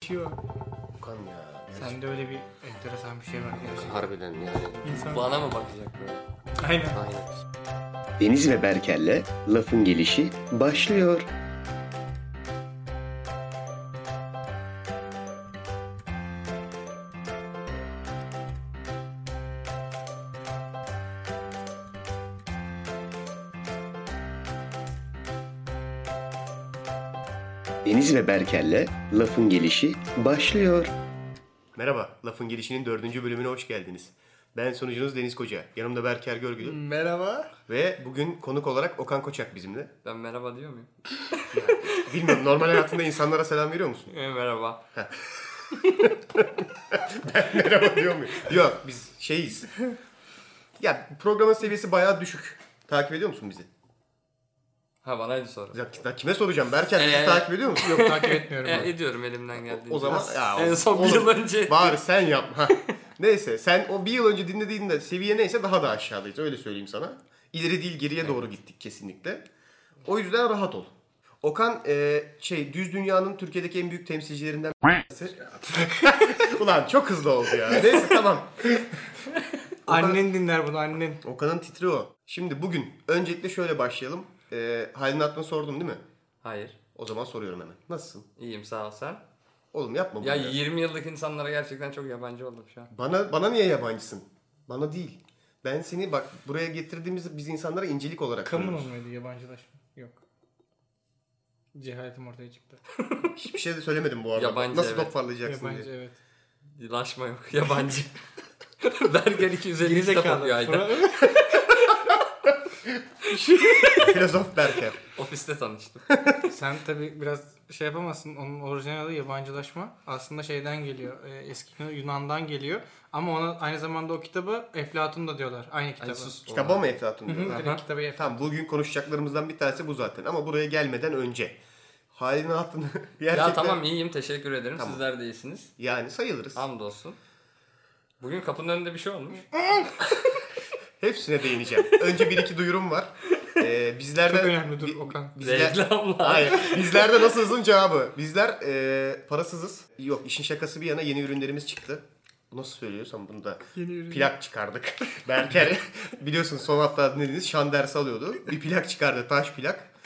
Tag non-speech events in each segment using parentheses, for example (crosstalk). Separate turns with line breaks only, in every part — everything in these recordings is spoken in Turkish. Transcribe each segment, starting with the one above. geçiyor.
Okan ya.
Sende öyle bir enteresan bir şey var. gerçekten.
Harbiden yani.
İnsan-
Bana mı bakacak böyle?
Aynen.
Aynen.
Deniz ve Berker'le Lafın Gelişi başlıyor. Deniz ve Berker'le Lafın Gelişi başlıyor.
Merhaba, Lafın Gelişi'nin dördüncü bölümüne hoş geldiniz. Ben sunucunuz Deniz Koca, yanımda Berker Görgülü
Merhaba.
ve bugün konuk olarak Okan Koçak bizimle.
Ben merhaba diyor muyum?
Bilmiyorum, normal hayatında insanlara selam
(laughs)
veriyor musun?
Ee, merhaba.
Merhaba diyor muyum? Yok, biz şeyiz. Ya programın seviyesi bayağı düşük. Takip ediyor musun bizi?
Ha banaydı soru.
Ya, ki- kime soracağım? Berker bizi
Ee,
takip ediyor musun? Yok.
Takip etmiyorum.
E,
ben.
ediyorum elimden geldiğince.
O zaman ya,
(laughs) en son bir
oğlum,
yıl önce.
Bari sen yapma. Neyse sen o bir yıl önce dinlediğinde seviye neyse daha da aşağıdayız öyle söyleyeyim sana. İleri değil geriye doğru gittik kesinlikle. O yüzden rahat ol. Okan e, şey düz dünyanın Türkiye'deki en büyük temsilcilerinden birisi. (laughs) Ulan çok hızlı oldu ya. Neyse tamam.
Annen dinler bunu annen.
Okan'ın titri o. Şimdi bugün öncelikle şöyle başlayalım. E, halini atma sordum değil mi?
Hayır.
O zaman soruyorum hemen. Nasılsın?
İyiyim sağ ol sen.
Oğlum yapma bunu.
Ya
ya.
20 yıllık insanlara gerçekten çok yabancı oldum şu an.
Bana bana niye yabancısın? Bana değil. Ben seni bak buraya getirdiğimiz biz insanlara incelik olarak
Kamun
görüyoruz.
olmaydı yabancılaşma. Yok. Cehaletim ortaya çıktı.
Hiçbir şey de söylemedim bu arada.
Yabancı,
Nasıl
evet.
toparlayacaksın
Yabancı
diye.
evet.
Laşma yok. (laughs) Yabancı. Berger 250 kitap okuyor
Gerizekalı.
ayda.
Fıra-
Filozof Berker.
Ofiste tanıştım.
Sen tabi biraz şey yapamazsın. Onun orijinal adı yabancılaşma. Aslında şeyden geliyor. e, Eski Yunan'dan geliyor. Ama ona aynı zamanda o kitabı Eflatun da diyorlar. Aynı
Ay
kitabı.
Hani sus.
Kitaba mı Eflatun
Hı,
diyorlar?
direkt kitabı Eflatun.
tamam bugün konuşacaklarımızdan bir tanesi bu zaten. Ama buraya gelmeden önce. Halini attın. (laughs) Gerçekten...
Ya tamam iyiyim teşekkür ederim.
Tamam.
Sizler de iyisiniz.
Yani sayılırız.
Hamdolsun. Bugün kapının önünde bir şey olmuş.
Hepsine değineceğim. önce bir iki duyurum var. Ee, bizlerde...
Çok önemli dur
bi-
Okan.
Bizler...
Reklamlar.
Hayır. Bizlerde nasılsın cevabı. Bizler e, parasızız. Yok işin şakası bir yana yeni ürünlerimiz çıktı. Nasıl söylüyorsam bunu da
Yeni ürün.
plak çıkardık. (laughs) Berker biliyorsun son hafta dinlediğiniz şan dersi alıyordu. Bir plak çıkardı taş plak.
(laughs)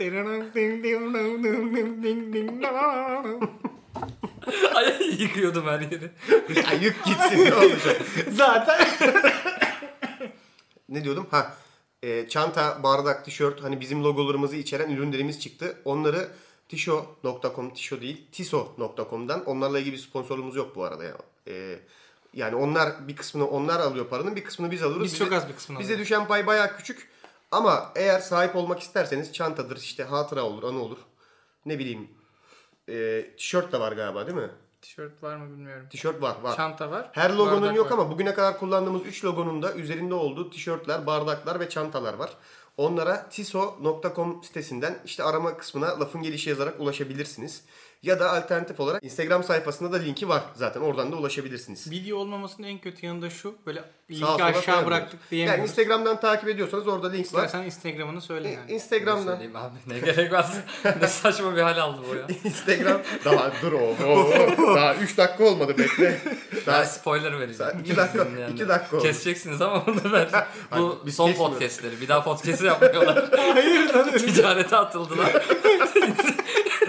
Ay yıkıyordum her yeri.
Ya yük gitsin ne olacak.
Zaten.
Ne diyordum? Ha e, çanta, bardak, tişört hani bizim logolarımızı içeren ürünlerimiz çıktı. Onları tisho.com, tisho değil tiso.com'dan. Onlarla ilgili bir sponsorluğumuz yok bu arada ya. E, yani onlar bir kısmını onlar alıyor paranın bir kısmını biz alıyoruz.
Biz çok az bir kısmını
Bize
alıyoruz.
düşen pay bayağı küçük. Ama eğer sahip olmak isterseniz çantadır, işte hatıra olur, anı olur. Ne bileyim. E, tişört de var galiba değil mi?
Tişört var mı bilmiyorum.
Tişört var, var.
Çanta var.
Her logonun
bardak
yok
var.
ama bugüne kadar kullandığımız 3 logonun da üzerinde olduğu tişörtler, bardaklar ve çantalar var. Onlara tiso.com sitesinden işte arama kısmına lafın gelişi yazarak ulaşabilirsiniz. Ya da alternatif olarak Instagram sayfasında da linki var zaten oradan da ulaşabilirsiniz.
Video olmamasının en kötü yanı da şu. Böyle linki
Sağa sola
aşağı
koyamıyoruz.
bıraktık diyemiyoruz.
Yani Instagram'dan takip ediyorsanız orada link var.
İstersen Instagram'ını söyle yani.
Instagram'dan.
Söyleyeyim abi ne gerek
(laughs)
var. ne saçma bir hal aldı bu ya.
Instagram.
(laughs)
Daha dur o. o- Daha 3 dakika olmadı bekle.
Ben
Daha
spoiler vereceğim. (laughs)
İki dakika-
Dinleyenler.
iki dakika oldu.
Keseceksiniz ama bunu
(laughs)
ver. Bu
Hayır, biz
son
kesmiyoruz.
podcastleri. Bir daha podcast
(laughs)
yapmıyorlar. Hayır (laughs) lan. Ticarete atıldılar.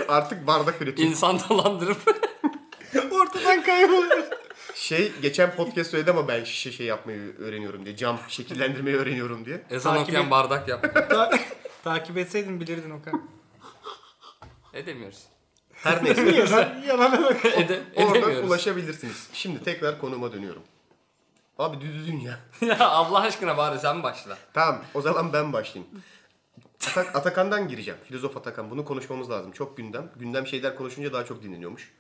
artık bardak üretiyoruz.
İnsan dolandırıp. (laughs)
Ortadan kayboluyor.
Şey geçen podcast söyledim ama ben şişe şey yapmayı öğreniyorum diye. Cam şekillendirmeyi öğreniyorum diye.
Ezan
Takip
okuyan
et.
bardak
(laughs)
yap.
Ta- takip etseydin bilirdin Okan.
(laughs)
Edemiyoruz.
Her neyse.
(laughs) yalan, yalana bak.
Ede,
Oradan
edemiyoruz.
ulaşabilirsiniz. Şimdi tekrar konuma dönüyorum. Abi düz dünya.
(laughs) ya Allah aşkına bari sen başla.
Tamam o zaman ben başlayayım. Atak- Atakan'dan gireceğim. Filozof Atakan. Bunu konuşmamız lazım. Çok gündem. Gündem şeyler konuşunca daha çok dinleniyormuş.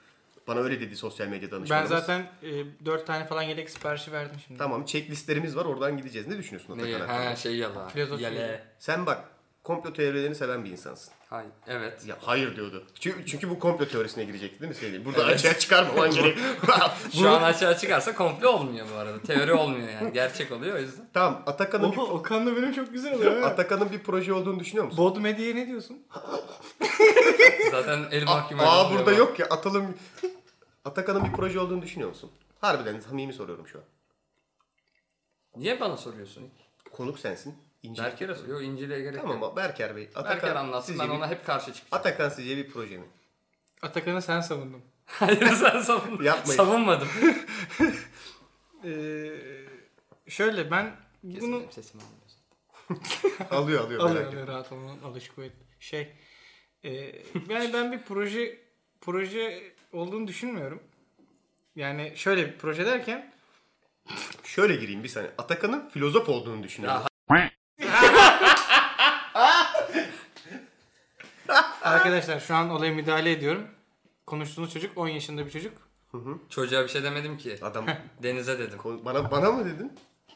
Bana öyle dedi sosyal medya
Ben
danışmanımız.
zaten e, 4 tane falan yelek siparişi verdim şimdi.
Tamam checklistlerimiz var oradan gideceğiz. Ne düşünüyorsun
Neyi?
Atakan hakkında?
Ha şey yala.
Filozofi.
Yale.
Sen bak komplo teorilerini seven bir insansın.
Hayır. Evet.
Ya hayır diyordu. Çünkü, çünkü bu komplo teorisine girecekti değil mi Selim? Burada açığa çıkarmaman gerek.
Şu an açığa çıkarsa komple olmuyor bu arada. Teori olmuyor yani. Gerçek oluyor o yüzden.
Tamam Atakan'ın bir,
Oha Okan'la benim çok güzel oluyor ha.
Atakan'ın bir proje olduğunu düşünüyor musun?
Bod Medya'ya ne diyorsun?
Zaten el mahkeme.
Aa burada yok ya atalım. (laughs) Atakan'ın bir proje olduğunu düşünüyor musun? Harbiden samimi soruyorum şu an.
Niye bana soruyorsun?
Konuk sensin. İnce.
Berker'e soruyor. Yok İncil'e gerek yok.
Tamam ama Berker Bey. Atakan
Berker anlatsın
sizce
ben
bir-
ona hep karşı çıkacağım.
Atakan sizce bir
(laughs)
proje mi?
Atakan'ı sen savundun.
Hayır sen savun.
Yapmayın.
Savunmadım.
Ee, şöyle ben
Kesin
bunu
benim sesimi almıyorsun.
Alıyor alıyor merak
Alıyor
etme.
alıyor rahat olun alışık et. Şey e, yani ben bir proje proje olduğunu düşünmüyorum. Yani şöyle bir proje derken
Şöyle gireyim bir saniye. Atakan'ın filozof olduğunu düşünüyorum.
Ya,
arkadaşlar şu an olaya müdahale ediyorum. Konuştuğunuz çocuk 10 yaşında bir çocuk.
Çocuğa bir şey demedim ki.
Adam
Denize dedim.
konu- bana bana mı dedin?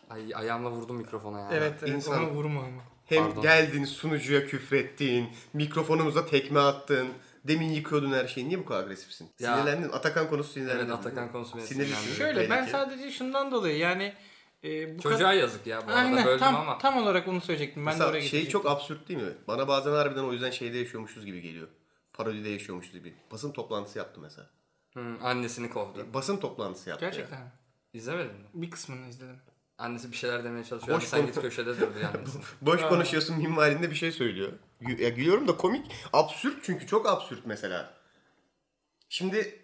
Ay ayağımla vurdum mikrofona ya.
Evet, evet
insan-
ona vurma ama.
Hem
Pardon.
geldin sunucuya küfrettin, mikrofonumuza tekme attın, demin yıkıyordun her şeyi. Niye bu kadar agresifsin?
Ya.
Sinirlendin. Atakan konusu sinirlendin.
Evet, Atakan konusu beni
Sinirlisin.
sinirlendirdi.
Şöyle ben
Belki.
sadece şundan dolayı yani e, bu
Çocuğa yazık ya bu arada
Aynen
böldüm
tam,
ama.
tam olarak onu söyleyecektim. Ben de
Mesela
oraya
şey
gidecektim.
çok absürt değil mi? Bana bazen harbiden o yüzden şeyde yaşıyormuşuz gibi geliyor. Parodide yaşıyormuşuz gibi. Basın toplantısı yaptı mesela.
Hı, annesini kovdu.
Basın toplantısı yaptı. ya.
Gerçekten mi?
İzlemedin mi?
bir kısmını izledim.
Annesi bir şeyler demeye çalışıyor.
Boş
Abi sen
konu-
git köşede dur diye
(laughs)
annesini.
Boş konuşuyorsun minvalinde bir şey söylüyor. Gü- Ya gülüyorum da komik. Absürt çünkü çok absürt mesela. Şimdi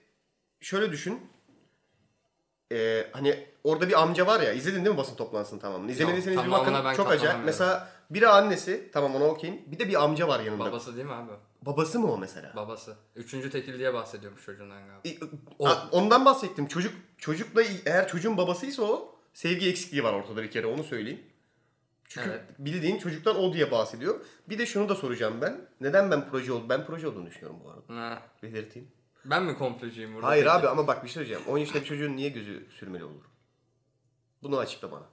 şöyle düşün. Ee, hani orada bir amca var ya izledin değil mi basın toplantısını tamamını? İzlemediyseniz bir
tamamına ben
bakın çok acayip.
katılamıyorum.
Mesela biri annesi tamam ona okeyim. Bir de bir amca var yanında. Babası,
Babası değil mi abi?
mı o mesela?
Babası. Üçüncü tekil diye bahsediyormuş çocuğundan galiba.
İ- A- Ondan bahsettim. Çocuk çocukla eğer çocuğun babasıysa o sevgi eksikliği var ortada bir kere onu söyleyeyim. Çünkü
Evet.
bildiğin çocuktan o diye bahsediyor. Bir de şunu da soracağım ben. Neden ben proje oldu? Ben proje olduğunu düşünüyorum bu arada.
Ha.
Belirteyim.
Ben mi komplocuyum burada?
Hayır
peki?
abi ama bak bir şey söyleyeceğim. 10 yaşında bir çocuğun niye gözü sürmeli olur? Bunu açıkla bana.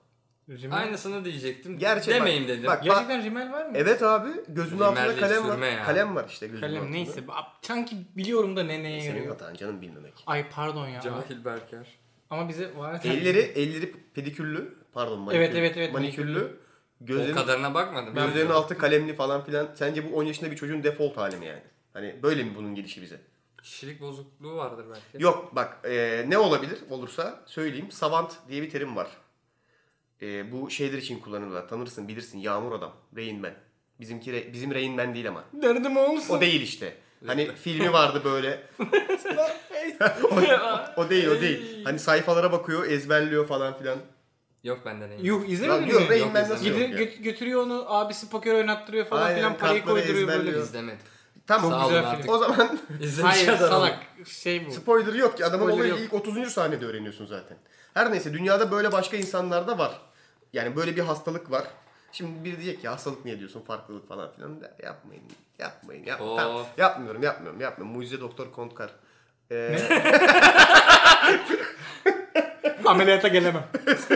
Rimel-
Aynısını diyecektim.
Gerçi
Demeyeyim
bak-
dedim.
bak-
Gerçekten rimel var mı?
Evet abi gözünün altında
Merle
kalem var.
sürme ya.
Kalem var işte gözünün
Kalem
altında.
neyse. şey Ab- Sanki biliyorum da ne neye
Senin
yarıyor.
hatan canım bilmemek.
Ay pardon ya.
Cahil Berker.
Ama bize var.
Elleri elleri pediküllü pardon maniküllü.
Evet, evet, evet,
Maniküllü.
O
Gözlerin,
kadarına bakmadım. Ben
gözlerin altı kalemli falan filan. Sence bu 10 yaşında bir çocuğun default hali mi yani? Hani böyle mi bunun gelişi bize?
Kişilik bozukluğu vardır belki.
Yok bak e, ne olabilir olursa söyleyeyim. Savant diye bir terim var. E, bu şeyler için kullanılır. Tanırsın bilirsin Yağmur Adam. Rain Man. Bizimki Re- bizim Rain Man değil ama.
Derdim olsun.
O değil işte. Hani filmi vardı böyle. o, (laughs) o değil o değil. Hani sayfalara bakıyor ezberliyor falan filan.
Yok benden iyi.
Yuh
Lan
izlemedin mi?
diyor Rain Man
Yok,
nasıl
Gidi-
yok ya?
gö- götürüyor onu abisi poker oynattırıyor falan
Aynen,
filan parayı
kartları
koyduruyor böyle.
ezberliyor.
İzlemedim.
Tamam.
Sağ olun
güzel
artık.
film.
O zaman
İzlemiş
Hayır
adamım.
salak şey bu.
spoiler yok ki. Adamın
Spoiler
olayı
yok.
ilk 30. sahnede öğreniyorsun zaten. Her neyse dünyada böyle başka insanlar da var. Yani böyle bir hastalık var. Şimdi biri diyecek ki hastalık niye diyorsun farklılık falan filan. De, yapmayın yapmayın. Yap,
Oo.
tamam, yapmıyorum yapmıyorum yapmıyorum. Mucize Doktor Kontkar. Ee,
(laughs) Ameliyata gelemem. (laughs)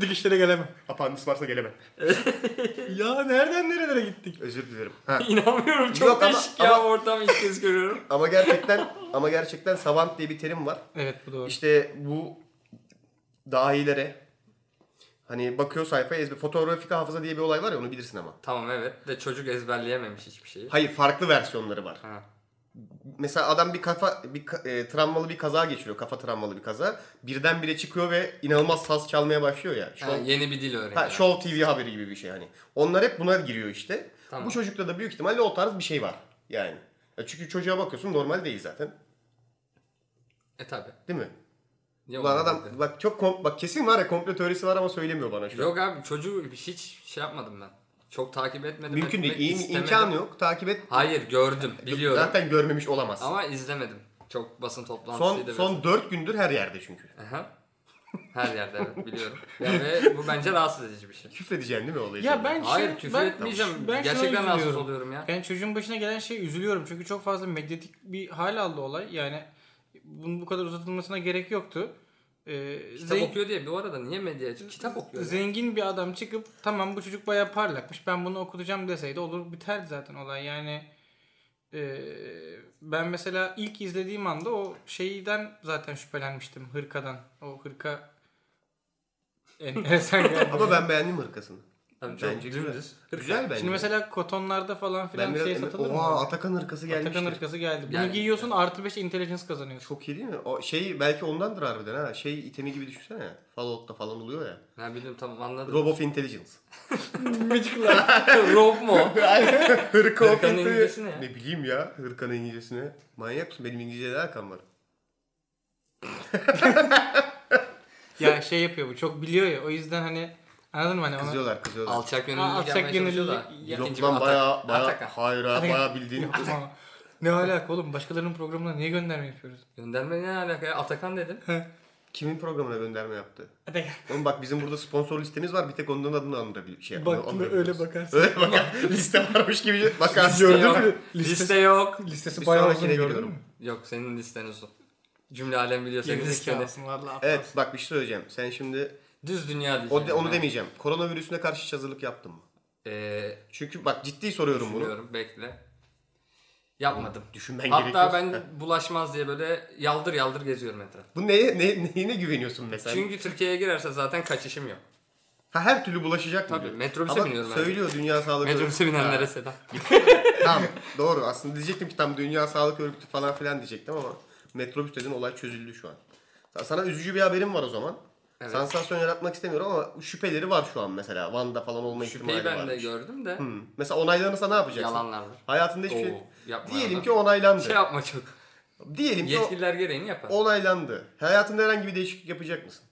Dikişlere gelemem.
(laughs) apandis varsa gelemem.
Ya nereden nerelere
(laughs)
gittik?
Özür dilerim. Ha.
İnanmıyorum çok
Yok ama-
değişik ya
ama-
ortam ilk kez görüyorum.
Ama gerçekten ama gerçekten savant diye bir terim var.
Evet bu doğru.
İşte bu dahilere hani bakıyor sayfaya ezber fotoğrafik hafıza diye bir olay var ya onu bilirsin ama.
(laughs) Tamam evet de çocuk ezberleyememiş hiçbir şeyi.
Hayır farklı versiyonları var.
Ha.
Mesela adam bir kafa bir ka- e, travmalı bir kaza geçiriyor. Kafa travmalı bir kaza. Birdenbire çıkıyor ve inanılmaz saz çalmaya başlıyor ya. Show,
Ha, yeni bir dil öğreniyor.
ha, Show TV haberi gibi bir şey hani. Onlar hep buna giriyor işte.
Tamam.
Bu çocukta da büyük ihtimalle o tarz bir şey var. Yani. Ya çünkü çocuğa bakıyorsun normal değil zaten.
E tabi.
Değil mi?
Yok,
Ulan adam bak çok kom- bak kesin var ya komplo teorisi var ama söylemiyor bana şu an.
Yok abi çocuğu hiç şey yapmadım ben. Çok takip etmedim.
Mümkün değil.
etmek
İm-
istemedim.
imkan yok. Takip et.
Hayır gördüm biliyorum.
Zaten görmemiş olamaz.
Ama izlemedim. Çok basın toplantısıydı.
son
ve-
son 4 gündür her yerde çünkü.
Aha. Her yerde evet
(laughs)
biliyorum. Ya ve bu bence rahatsız edici bir şey.
Küfredeceksin değil mi olayı?
Ya ben
Hayır
şey-
küfür
ben-
etmeyeceğim.
ben şuna
Gerçekten rahatsız
üzülüyorum.
oluyorum ya.
Yani çocuğun başına gelen şey üzülüyorum. Çünkü çok fazla medyatik bir hal aldı olay. Yani bunun bu kadar uzatılmasına gerek yoktu. Ee,
Kitap
zen-
okuyor diye bu arada niye medya kitap okuyor? ya?
zengin bir adam çıkıp tamam bu çocuk bayağı parlakmış ben bunu okutacağım deseydi olur biterdi zaten olay. Yani e, ben mesela ilk izlediğim anda o şeyden zaten şüphelenmiştim. Hırkadan. O hırka enteresan geldi.
(laughs) Ama ben beğendim hırkasını.
Tabii çok
Bence güzel.
dümdüz. Kırk-
Güzel bence.
Şimdi mesela kotonlarda falan filan bir
ben biraz
şey
emin-
satılır mı?
Oha Atakan hırkası gelmiştir.
Atakan hırkası geldi. Bunu
Yani-
giyiyorsun artı 5 intelligence kazanıyorsun.
Çok iyi değil mi? O şey belki ondandır harbiden ha. Şey itemi gibi düşünsene. Fallout'ta falan oluyor ya.
Ha bildim tamam anladım.
Rob of Intelligence.
(laughs) Rob mu? o?
(laughs) Hırka of
Hırkanın
Intelligence.
İngilizcesi ne ya?
Ne bileyim ya hırkanın İngilizcesine. Manyak mısın? Benim İngilizceyle alakam var.
ya şey yapıyor bu çok biliyor ya o yüzden hani anladın mı hani ona-
Kızıyorlar kızıyorlar.
Alçak
Aa,
gönüllülük
alçak
yapmaya çalışıyor da.
gönüllülük-
İkinci
Yok
bir
lan
atak-
baya baya
Atakan.
hayır ha
Atakan.
baya bildiğin.
Ama ne alaka oğlum başkalarının programına niye gönderme yapıyoruz?
Gönderme ne alaka ya? Atakan dedim.
Kimin programına gönderme yaptı? Oğlum bak bizim burada sponsor listemiz var. Bir tek onların adını andırabil şey
Bak öyle
bak.
bakarsın.
(laughs) Öyle bak. Liste varmış gibi. Bak
Liste
gördün
yok.
mü?
Liste yok.
Listesi
Bir
bayağı uzun
sonrakine
gördün
giriyorum.
mü?
Yok senin listen uzun. Cümle alem biliyor senin
Geri
listeni.
zekalısın valla. (laughs)
Evet bak bir şey söyleyeceğim. Sen şimdi
Düz dünya diyeceğim.
o de- onu
ben.
demeyeceğim. Koronavirüsüne karşı hiç hazırlık yaptın mı?
Ee,
Çünkü bak ciddi soruyorum bunu.
Düşünüyorum bekle. Yapmadım.
Düşünmen
Hatta
gerekiyor.
ben bulaşmaz diye böyle yaldır yaldır geziyorum etrafı.
Bu neye, ne, neyine güveniyorsun mesela?
Çünkü Türkiye'ye girerse zaten kaçışım yok.
Ha, her türlü bulaşacak mı?
Tabii,
diyor.
metrobüse
Ama
biniyorum ben.
Söylüyor Dünya Sağlık
Metrobüse binenlere selam.
tamam doğru aslında diyecektim ki tam Dünya Sağlık Örgütü falan filan diyecektim ama metrobüs dedin olay çözüldü şu an. Sa- Sana üzücü bir haberim var o zaman.
Evet.
Sansasyon yaratmak istemiyorum ama şüpheleri var şu an mesela. Van'da falan olma
Şüpheyi
ihtimali
ben de
var.
gördüm de
Mesela onaylanırsa ne yapacaksın?
yalanlardır.
Hayatında hiçbir şey...
Oo, yapma
Diyelim
yalan.
ki onaylandı.
Şey yapma çok.
Diyelim ki o-
Yetkililer gereğini yapar.
onaylandı. Hayatında herhangi bir değişiklik yapacak mısın?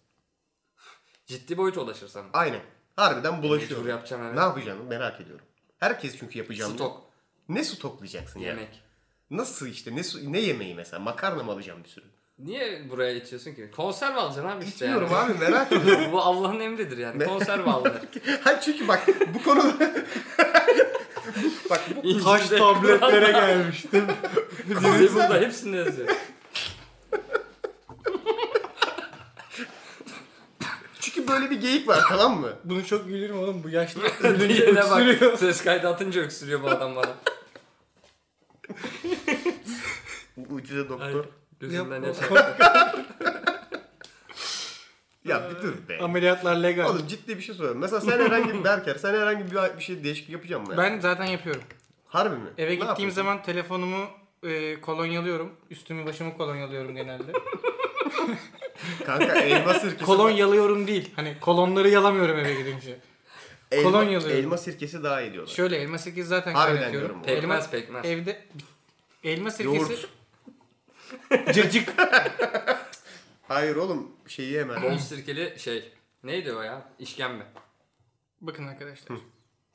Ciddi boyuta ulaşırsam.
Aynen. Harbiden bulaşıyor.
Mecbur yapacağım evet.
Ne yapacaksın merak ediyorum. Herkes çünkü yapacağım.
Stok.
Ne stoklayacaksın yani?
Yemek.
Nasıl işte ne su- ne yemeği mesela makarna mı alacağım bir sürü?
Niye buraya içiyorsun ki? Konserve alacaksın abi işte.
İçmiyorum
yani.
abi
(laughs)
merak ediyorum.
Bu Allah'ın emridir yani.
(laughs)
Konserve alınır.
Hayır çünkü bak bu konuda (laughs) bak bu
Taş (laughs) tabletlere gelmiştim.
Bizi burada
(laughs)
hepsini yazıyor.
çünkü böyle bir geyik var tamam mı?
Bunu çok gülürüm oğlum bu yaşlı.
Diğerine
Ölünce
bak.
öksürüyor.
Ses kaydı atınca öksürüyor bu
(laughs)
adam bana.
Bu Ucuza
Ay,
doktor.
Gözümden yaş
Yapma.
Ya bir dur be.
(laughs) Ameliyatlar legal.
Oğlum ciddi bir şey soruyorum. Mesela sen herhangi bir Berker, sen herhangi bir, bir şey değişiklik yapacak mısın?
Ben zaten yapıyorum.
Harbi mi? Ne
Eve gittiğim
yapıyorsun?
zaman telefonumu e, kolonyalıyorum. Üstümü başımı kolonyalıyorum genelde.
Kanka elma
(laughs)
sirkesi.
kolonyalıyorum değil. Hani kolonları yalamıyorum eve gidince.
elma,
kolonyalı.
Elma sirkesi daha iyi diyorlar.
Şöyle elma sirkesi zaten
Harbiden
kaynatıyorum.
diyorum bu arada.
Elma,
Pekmez pekmez.
evde elma sirkesi
Yoğurt.
cacık.
Hayır oğlum şeyi hemen. (laughs)
Bol sirkeli şey. Neydi o ya? İşkembe.
Bakın arkadaşlar.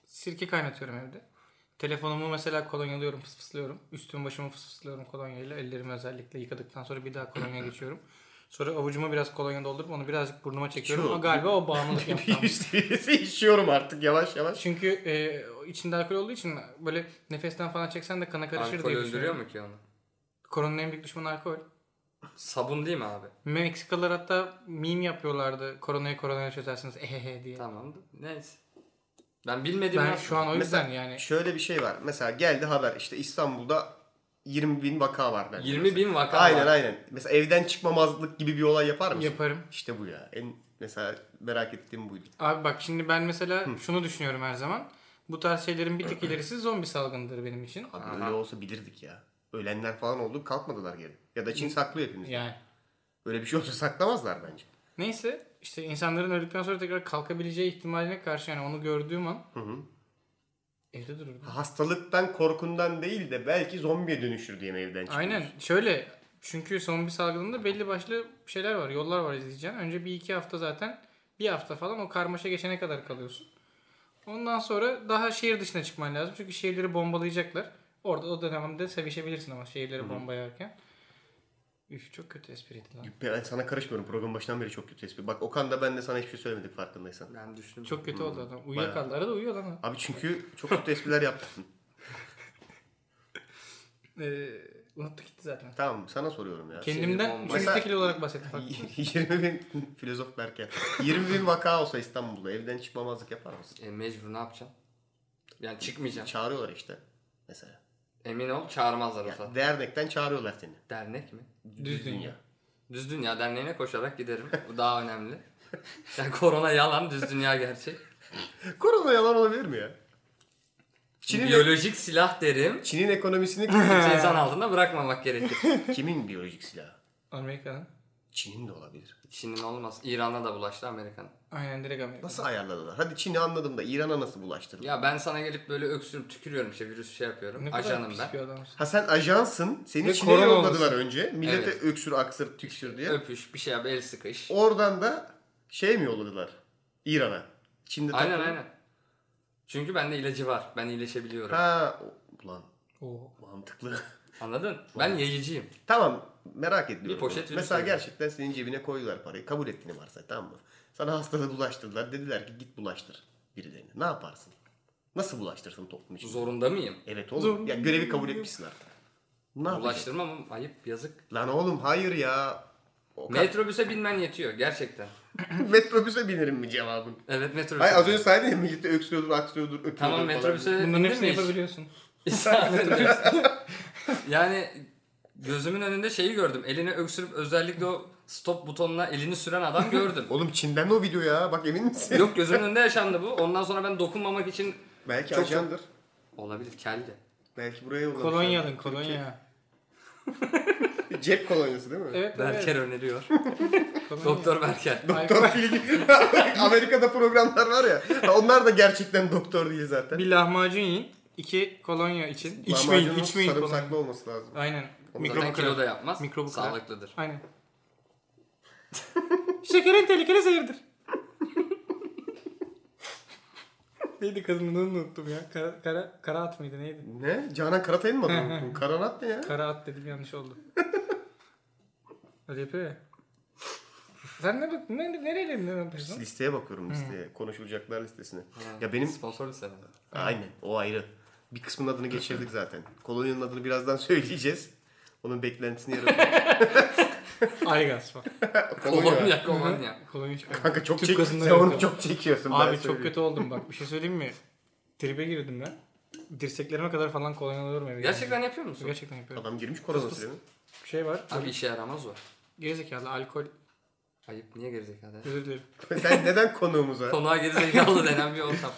Sirke kaynatıyorum evde. Telefonumu mesela kolonyalıyorum, fısfıslıyorum. Üstümü başımı fısfıslıyorum kolonyayla. Ellerimi özellikle yıkadıktan sonra bir daha kolonya geçiyorum. Sonra avucuma biraz kolonya doldurup onu birazcık burnuma çekiyorum.
Şu-
Ama galiba o bağımlılık
(laughs)
yapmam.
Yüzde işiyorum artık yavaş yavaş.
Çünkü e, içinde alkol olduğu için böyle nefesten falan çeksen de kana karışır
Alkol
diye
öldürüyor
düşünüyorum.
mu ki onu?
Koronanın en büyük düşmanı alkol.
Sabun değil mi abi?
Meksikalılar hatta meme yapıyorlardı. Koronayı koronaya çözersiniz ehehe diye.
Tamam. Neyse. Ben bilmediğim
Ben
her-
şu an o yüzden
Mesela
yani
şöyle bir şey var. Mesela geldi haber işte İstanbul'da 20 bin vaka var. bence.
20 bin vaka
Aynen
var.
aynen. Mesela evden çıkmamazlık gibi bir olay yapar mısın?
yaparım.
İşte bu ya. En mesela merak ettiğim buydu.
Abi bak şimdi ben mesela şunu düşünüyorum her zaman. Bu tarz şeylerin bir tek ilerisi zombi salgınıdır benim için.
Abi
Aha.
öyle olsa bilirdik ya. Ölenler falan oldu kalkmadılar geri. Ya da Çin saklıyor hepimizi.
Yani.
Böyle bir şey olsa saklamazlar bence.
Neyse işte insanların öldükten sonra tekrar kalkabileceği ihtimaline karşı yani onu gördüğüm an
Hı hı.
evde dururdum.
Hastalıktan korkundan değil de belki zombiye dönüşür diye mi evden çıkıyorsun?
Aynen şöyle çünkü zombi salgınında belli başlı şeyler var yollar var izleyeceğin. Önce bir iki hafta zaten bir hafta falan o karmaşa geçene kadar kalıyorsun. Ondan sonra daha şehir dışına çıkman lazım. Çünkü şehirleri bombalayacaklar. Orada o dönemde sevişebilirsin ama şehirleri bombalarken. Üf çok kötü espriydi lan.
Ben sana karışmıyorum. Program başından beri çok kötü tespit. Bak Okan da ben de sana hiçbir şey söylemedik farkındaysan.
Ben düşündüm.
Çok kötü oldu adam. Uyuyakaldı. Arada uyuyor lan.
Abi çünkü çok kötü espriler yaptın. (laughs)
Ee, unuttu gitti zaten.
Tamam sana soruyorum ya. (laughs)
Kendimden
bomba.
üçüncü
Mesela-
tekil olarak bahsettim.
(laughs)
20 bin (laughs) filozof Berker. 20 bin vaka olsa İstanbul'da evden çıkmamazlık yapar mısın?
E, mecbur ne yapacağım? Yani çıkmayacağım.
Çağırıyorlar işte mesela.
Emin ol çağırmazlar o
Ya,
zaman.
dernekten çağırıyorlar seni.
Dernek mi?
Düz dünya.
Düz Dünya Derneği'ne koşarak giderim. Bu daha önemli. Yani korona yalan, Düz Dünya gerçek.
Korona yalan olabilir mi ya? Çin'in,
Biyolojik silah derim.
Çin'in ekonomisini
(laughs) Kimse insan altında bırakmamak gerekir.
kimin biyolojik silahı?
Amerika'nın.
Çin'in de olabilir.
Çin'in olmaz. İran'a da bulaştı Amerikan.
Aynen direkt Amerika.
Nasıl ayarladılar? Hadi Çin'i anladım da İran'a nasıl bulaştırdılar?
Ya ben sana gelip böyle öksürüp tükürüyorum işte virüs şey yapıyorum.
Ne kadar
Ajanım
pis
ben.
bir adamsın.
Ha sen ajansın. Seni
Ve
Çin'e
korona
yolladılar
olmasın.
önce. Millete
Evet.
öksür, aksır, tüksür diye.
Öpüş bir şey yap el sıkış.
Oradan da şey mi yolladılar? İran'a. Çin'de
Aynen
takılı-
aynen. Çünkü bende ilacı var. Ben iyileşebiliyorum.
Ha o- ulan
Oo.
mantıklı. (laughs)
Anladın? Ben yayıcıyım.
tamam merak etmiyorum.
Bir poşet virüs
Mesela
veriyor.
gerçekten senin cebine koydular parayı. Kabul ettiğini varsay tamam mı? Sana hastalığı bulaştırdılar. Dediler ki git bulaştır birilerine. Ne yaparsın? Nasıl bulaştırsın toplum için?
Zorunda mıyım?
Evet oğlum.
Zor-
Ya görevi kabul etmişsin artık. Ne yapacaksın?
Ulaştırmam ama ayıp yazık.
Lan oğlum hayır ya. O kadar-
Metrobüse binmen yetiyor gerçekten.
(laughs) metrobüse binerim mi cevabın?
Evet metrobüse.
Hayır az önce saydın ya millete öksürüyordur, aksırıyordur, öpüyordur
Tamam
falan.
metrobüse
Bunların
bindin
hepsini
mi Ee, hiç? (laughs)
yapabiliyorsun.
yani gözümün önünde şeyi gördüm. Elini öksürüp özellikle o stop butonuna elini süren adam
(laughs)
gördüm.
Oğlum Çin'den de o video ya. Bak emin misin?
Yok gözümün önünde yaşandı bu. Ondan sonra ben dokunmamak için
(laughs) Belki
Çok-
ajandır.
olabilir keldi.
Belki buraya yollamışlar.
Kolonya'dın kolonya.
(laughs) Cep kolonyası değil mi?
Evet evet.
Berker öneriyor.
kolonya.
Doktor Berker.
(laughs) Doktor (laughs) Filgi. Amerika'da programlar var ya. ha Onlar da gerçekten doktor değil zaten.
Bir lahmacun yiyin. iki kolonya için. İçmeyin,
Lahmacunun
içmeyin kolonya.
Sarımsaklı olması lazım.
Aynen.
Zaten
Mikrobu
kilo da
kırar.
yapmaz.
Mikrobu kırar.
Sağlıklıdır.
(laughs)
Aynen. Şekerin tehlikeli zehirdir. (laughs) Neydi kızın adını unuttum ya. Kara, kara, kara at mıydı neydi?
Ne? Canan Karatay'ın mı adını unuttun? Karanat ne ya?
Kara at dedim yanlış
(laughs)
oldu. Öyle yapıyor ya. Sen ne, ne, nereye dedin?
(laughs) Listeye bakıyorum listeye. Konuşulacaklar listesine. Ya benim...
Sponsor lisede.
Aynen. O ayrı. Bir kısmının adını geçirdik zaten. Kolonya'nın adını birazdan (laughs) söyleyeceğiz. Onun beklentisini yaratıyor.
Aygaz falan.
Kolonya.
Kolonya kolonya.
Kolonya çıkar.
Kanka çok
Türk
çek...
basında
Sen
yok
onu
abi.
çok çekiyorsun. ben
Abi çok
söyleyeyim.
kötü oldum bak. Bir şey söyleyeyim mi? Tribe girdim ben. Dirseklerime kadar falan kolonya eve.
Gerçekten yapıyor
Yani.
musun?
Gerçekten yapıyorum.
Adam girmiş korona süremi.
Bir şey var.
Abi işe yaramaz o.
Gerizekalı alkol.
Ayıp niye (laughs) gerizekalı? ya?
Özür dilerim.
(laughs) Sen neden konuğumuza?
Konuğa gerizekalı denen bir ortam.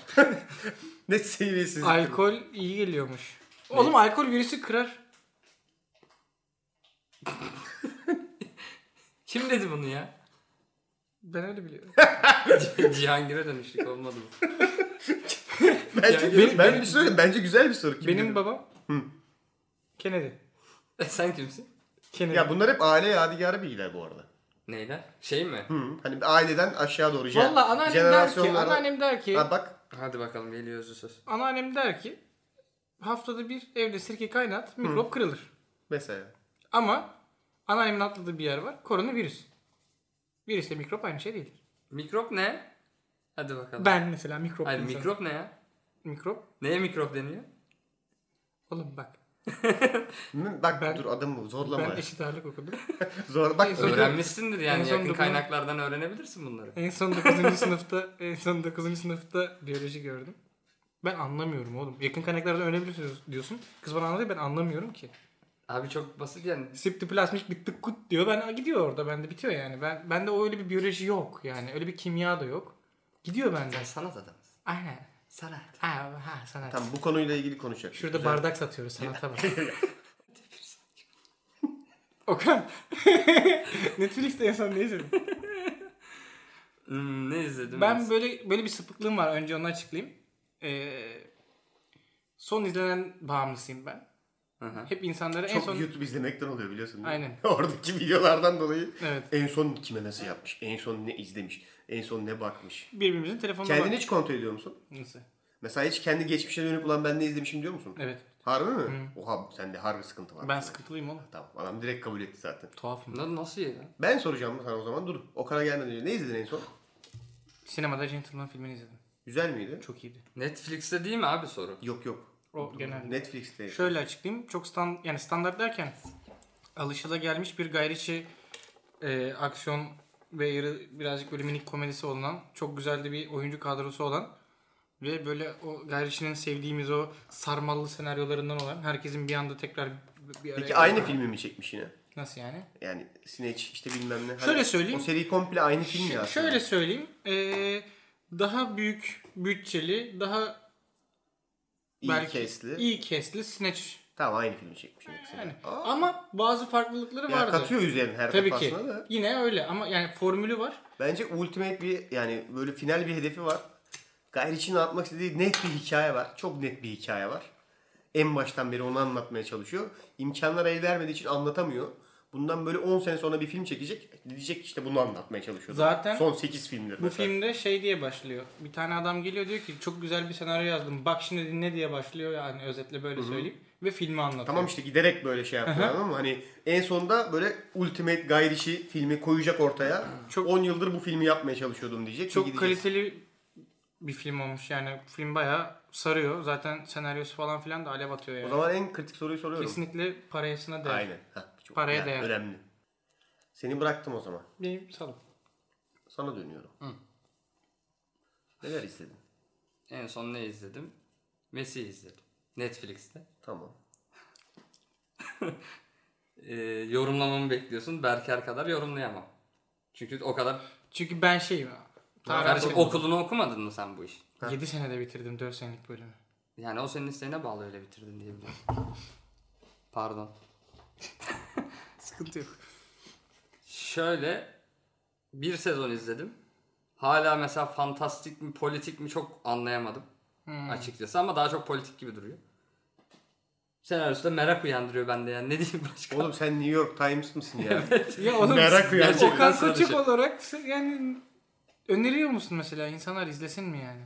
ne seviyesiz.
Alkol iyi geliyormuş. Oğlum alkol virüsü kırar.
Kim dedi bunu ya? (laughs)
Ben öyle
(laughs)
biliyorum.
Cihangir'e dönüştük olmadı mı?
Bence,
Yani benim-
ben
benim-
bir şey söyleyeyim. Bence güzel bir soru. Kim
Benim
bilir?
babam. Kennedy.
E, Sen kimsin?
Kennedy.
Ya bunlar hep aile yadigarı bilgiler bu arada.
Neyler? Şey mi?
Hı. Hani bir aileden aşağı doğru. gen-
Valla anneannem der ki,
jenerasyonlardan-
anneannem der ki,
Ha bak.
Hadi bakalım geliyor özlü söz.
anneannem der ki haftada bir evde sirke kaynat, mikrop kırılır.
Mesela.
Ama anneannemin atladığı bir yer var. Koronavirüs. Virüsle mikrop aynı şey değildir.
Mikrop ne? Hadi bakalım.
Ben mesela mikrop.
Hayır
insanım.
mikrop ne ya?
Mikrop.
Neye mikrop deniyor?
Oğlum bak.
M- Bak
Ben-
dur adamı
(laughs)
zorlama.
Ben eşit ağırlık okudum.
Zor bak.
Neyse.
Öğrenmişsindir
En
yani
son
yakın
dokunu-
kaynaklardan öğrenebilirsin bunları.
En son 9. sınıfta en son 9. sınıfta biyoloji gördüm. Ben anlamıyorum oğlum. Yakın kaynaklarda öğrenebilirsiniz diyorsun. Kız bana anlatıyor ben anlamıyorum ki.
Abi çok basit yani.
Septiplasmik bittik kut diyor. Ben gidiyor orada bende bitiyor yani. Ben bende o öyle bir biyoloji yok yani. Öyle bir kimya da yok. Gidiyor benden.
Sen sanat adamısın.
Aynen.
Sanat.
Ha, ha sanat.
Tamam bu konuyla ilgili konuşacak.
Şurada bardak satıyoruz sanata bak. Okan. (laughs) Netflix'te en son ne izledin?
Hmm, ne izledim?
Ben böyle böyle bir sapıklığım var. Önce onu açıklayayım. Ee, son izlenen bağımlısıyım ben.
Hı hı.
Hep insanlara en
Çok
son...
YouTube izlemekten oluyor biliyorsun değil mi?
Aynen.
(laughs) Oradaki videolardan dolayı.
Evet.
En son kime nasıl yapmış? En son ne izlemiş? En son ne bakmış?
Birbirimizin telefonuna bak-
Kendini hiç kontrol ediyor musun?
Nasıl?
Mesela hiç kendi geçmişe dönüp ulan ben ne izlemişim diyor musun?
Evet.
Harbi mi? Oha sende harbi sıkıntı var.
Ben sıkıntılıyım oğlum.
Tamam adam direkt kabul etti zaten.
Tuhafım.
Lan nasıl ya?
Ben soracağım sana o zaman dur. Okan'a gelmeden önce ne izledin en son?
Sinemada Gentleman filmini izledim.
Güzel miydi?
Çok iyiydi.
Netflix'te değil mi abi soru?
Yok yok.
O genelde.
Netflix'te.
Şöyle açıklayayım. Çok stand, yani standart derken alışılagelmiş bir gayriçi e, aksiyon ve yarı birazcık böyle minik komedisi olan, çok güzel de bir oyuncu kadrosu olan ve böyle o gayriçinin sevdiğimiz o sarmallı senaryolarından olan herkesin bir anda tekrar bir- bir araya
Peki aynı filmi mi çekmiş yine?
Nasıl yani?
Yani Snatch işte bilmem ne.
Şöyle söyleyeyim.
O seri komple aynı film
Ş-
ya aslında.
şöyle söyleyeyim. Ee, daha büyük bütçeli, daha
İyi
belki
kesli.
iyi kesli Snatch.
Tamam aynı filmi çekmiş. hepsini.
Yani.
Aa.
Ama bazı farklılıkları
Ya
vardı.
katıyor üzerine her
Tabii ki.
defasında da.
Yine öyle ama yani formülü var.
Bence ultimate bir yani böyle final bir hedefi var. Gayri için atmak istediği net bir hikaye var. Çok net bir hikaye var. En baştan beri onu anlatmaya çalışıyor. İmkanlar el vermediği için anlatamıyor. Bundan böyle 10 sene sonra bir film çekecek. Diyecek ki işte bunu anlatmaya çalışıyordu.
Zaten
son 8 filmdir.
Bu
mesela.
filmde şey diye başlıyor. Bir tane adam geliyor diyor ki çok güzel bir senaryo yazdım. Bak şimdi dinle diye başlıyor yani özetle böyle söyleyeyim. Ve filmi anlatıyor.
Tamam işte giderek böyle şey yaptılar ama hani en sonunda böyle ultimate gayrişi filmi koyacak ortaya.
Çok-
10 yıldır bu filmi yapmaya çalışıyordum diyecek. ve
Çok
gideceğiz.
kaliteli bir film olmuş yani. Film bayağı sarıyor. Zaten senaryosu falan filan da alev atıyor yani.
O zaman en kritik soruyu soruyorum.
Kesinlikle parayasına değer.
Aynen. Hah, çok
Paraya
önemli,
değer.
Önemli. Seni bıraktım o zaman.
Benim salım.
Sana dönüyorum. Neler izledin?
En son ne izledim? Messi izledim. Netflix'te.
Tamam.
Ee, yorumlamamı bekliyorsun. Berker kadar yorumlayamam. Çünkü o kadar...
Çünkü ben şeyim.
Kardeşim
Tarih
okulunu okumadın mı sen bu işi?
7 senede bitirdim 4 senelik bölümü.
Yani o senin isteğine bağlı öyle bitirdin diye biliyorum. Pardon.
Sıkıntı yok.
Şöyle bir sezon izledim. Hala mesela fantastik mi politik mi çok anlayamadım açıkçası ama daha çok politik gibi duruyor. Senaryosu da merak uyandırıyor bende yani ne diyeyim başka.
Oğlum sen New York Times mısın
(laughs)
ya?
Ya oğlum
Merak uyandırıyor.
Okan
Gerçekten
Koçuk
sarı
olarak yani öneriyor musun mesela insanlar izlesin mi yani?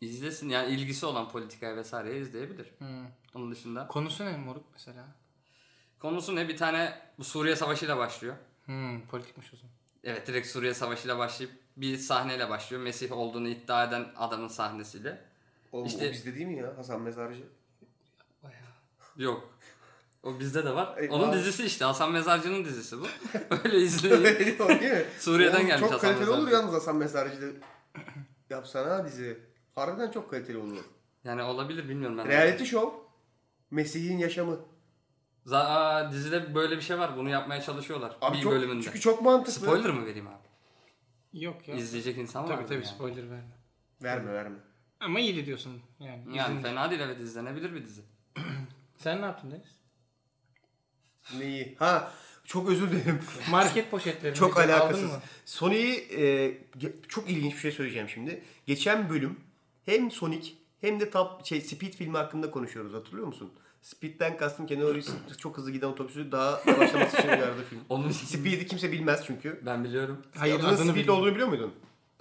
İzlesin yani ilgisi olan politikaya vesaire izleyebilir. Onun dışında.
Konusu ne moruk mesela?
Konusu ne bir tane bu Suriye Savaşı'yla başlıyor.
Hmm, politikmiş o zaman.
Evet direkt Suriye Savaşı'yla başlayıp bir sahneyle başlıyor. Mesih olduğunu iddia eden adamın sahnesiyle.
Oğlum
İşte-
o bizde değil mi ya Hasan (laughs) Mezarcı?
Yok. O bizde de var.
Ey,
Onun
var.
dizisi işte. Hasan Mezarcı'nın dizisi bu. (laughs) Öyle izleyin.
Öyle diyor, değil mi?
Suriye'den
Oğlum,
gelmiş
Çok
Hasan
kaliteli olur
Mezarcı.
yalnız Hasan Mezarcı da. Yapsana ha dizi. Harbiden çok kaliteli olur.
Yani olabilir bilmiyorum ben.
Reality show. Mesih'in yaşamı.
Za- Aa, dizide böyle bir şey var. Bunu yapmaya çalışıyorlar.
Abi
bir
çok,
bölümünde.
Çünkü çok mantıklı.
Spoiler mı vereyim abi?
Yok ya.
İzleyecek insan var
Tabii
mı?
tabii
yani?
spoiler verme.
Verme verme.
Ama iyiydi diyorsun yani.
Yani
izledin.
fena değil evet izlenebilir bir dizi.
Sen ne yaptın Deniz?
Neyi? Ha çok özür dilerim.
Market poşetlerini
Çok
aldın
alakasız.
mı?
Sony'yi e, ge- çok ilginç bir şey söyleyeceğim şimdi. Geçen bölüm hem Sonic hem de Top şey Speed filmi hakkında konuşuyoruz hatırlıyor musun? Speed'den kastım Keanu Reeves'in çok hızlı giden otobüsü daha yavaşlaması için uyardı film.
Onun
(laughs) Speed'i kimse bilmez çünkü.
ben biliyorum.
Hayır
Adının
adını
Speed
bilmiyorum.
olduğunu biliyor muydun?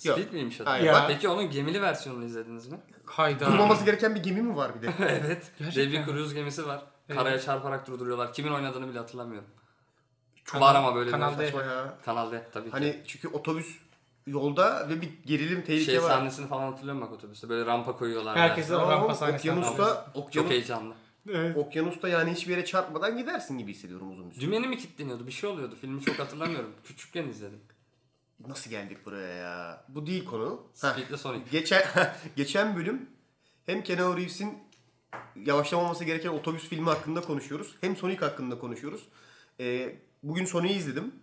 Yok.
Speed miymiş adı?
Hayır.
Ya.
Peki onun gemili versiyonunu izlediniz mi?
Hayda.
Durmaması gereken bir gemi mi var
(laughs)
bir de?
evet.
Gerçekten
Dev bir
mi?
kruz gemisi var.
Evet.
Karaya çarparak durduruyorlar. Kimin oynadığını bile hatırlamıyorum.
Kanal-
var ama böyle
Kanal
bir
D.
Saçma ya.
Kanal D tabii ki.
Hani çünkü otobüs yolda ve bir gerilim tehlike
şey
var.
sahnesini falan hatırlıyorum bak otobüste. Böyle rampa koyuyorlar.
Herkes de o
Tamam,
rampa sahnesi.
okyanusta,
Çok
okyanus,
heyecanlı.
Evet.
okyanusta yani hiçbir yere çarpmadan gidersin gibi hissediyorum uzun bir süre.
Dümeni mi kilitleniyordu? Bir şey oluyordu. Filmi çok hatırlamıyorum. (laughs) Küçükken izledim.
Nasıl geldik buraya ya? Bu değil konu. Heh.
Speed'le Sonic.
Geçen (laughs) geçen bölüm hem Keanu Reeves'in yavaşlamaması gereken otobüs filmi hakkında konuşuyoruz. Hem Sonic hakkında konuşuyoruz. Ee, bugün Sonic'i izledim.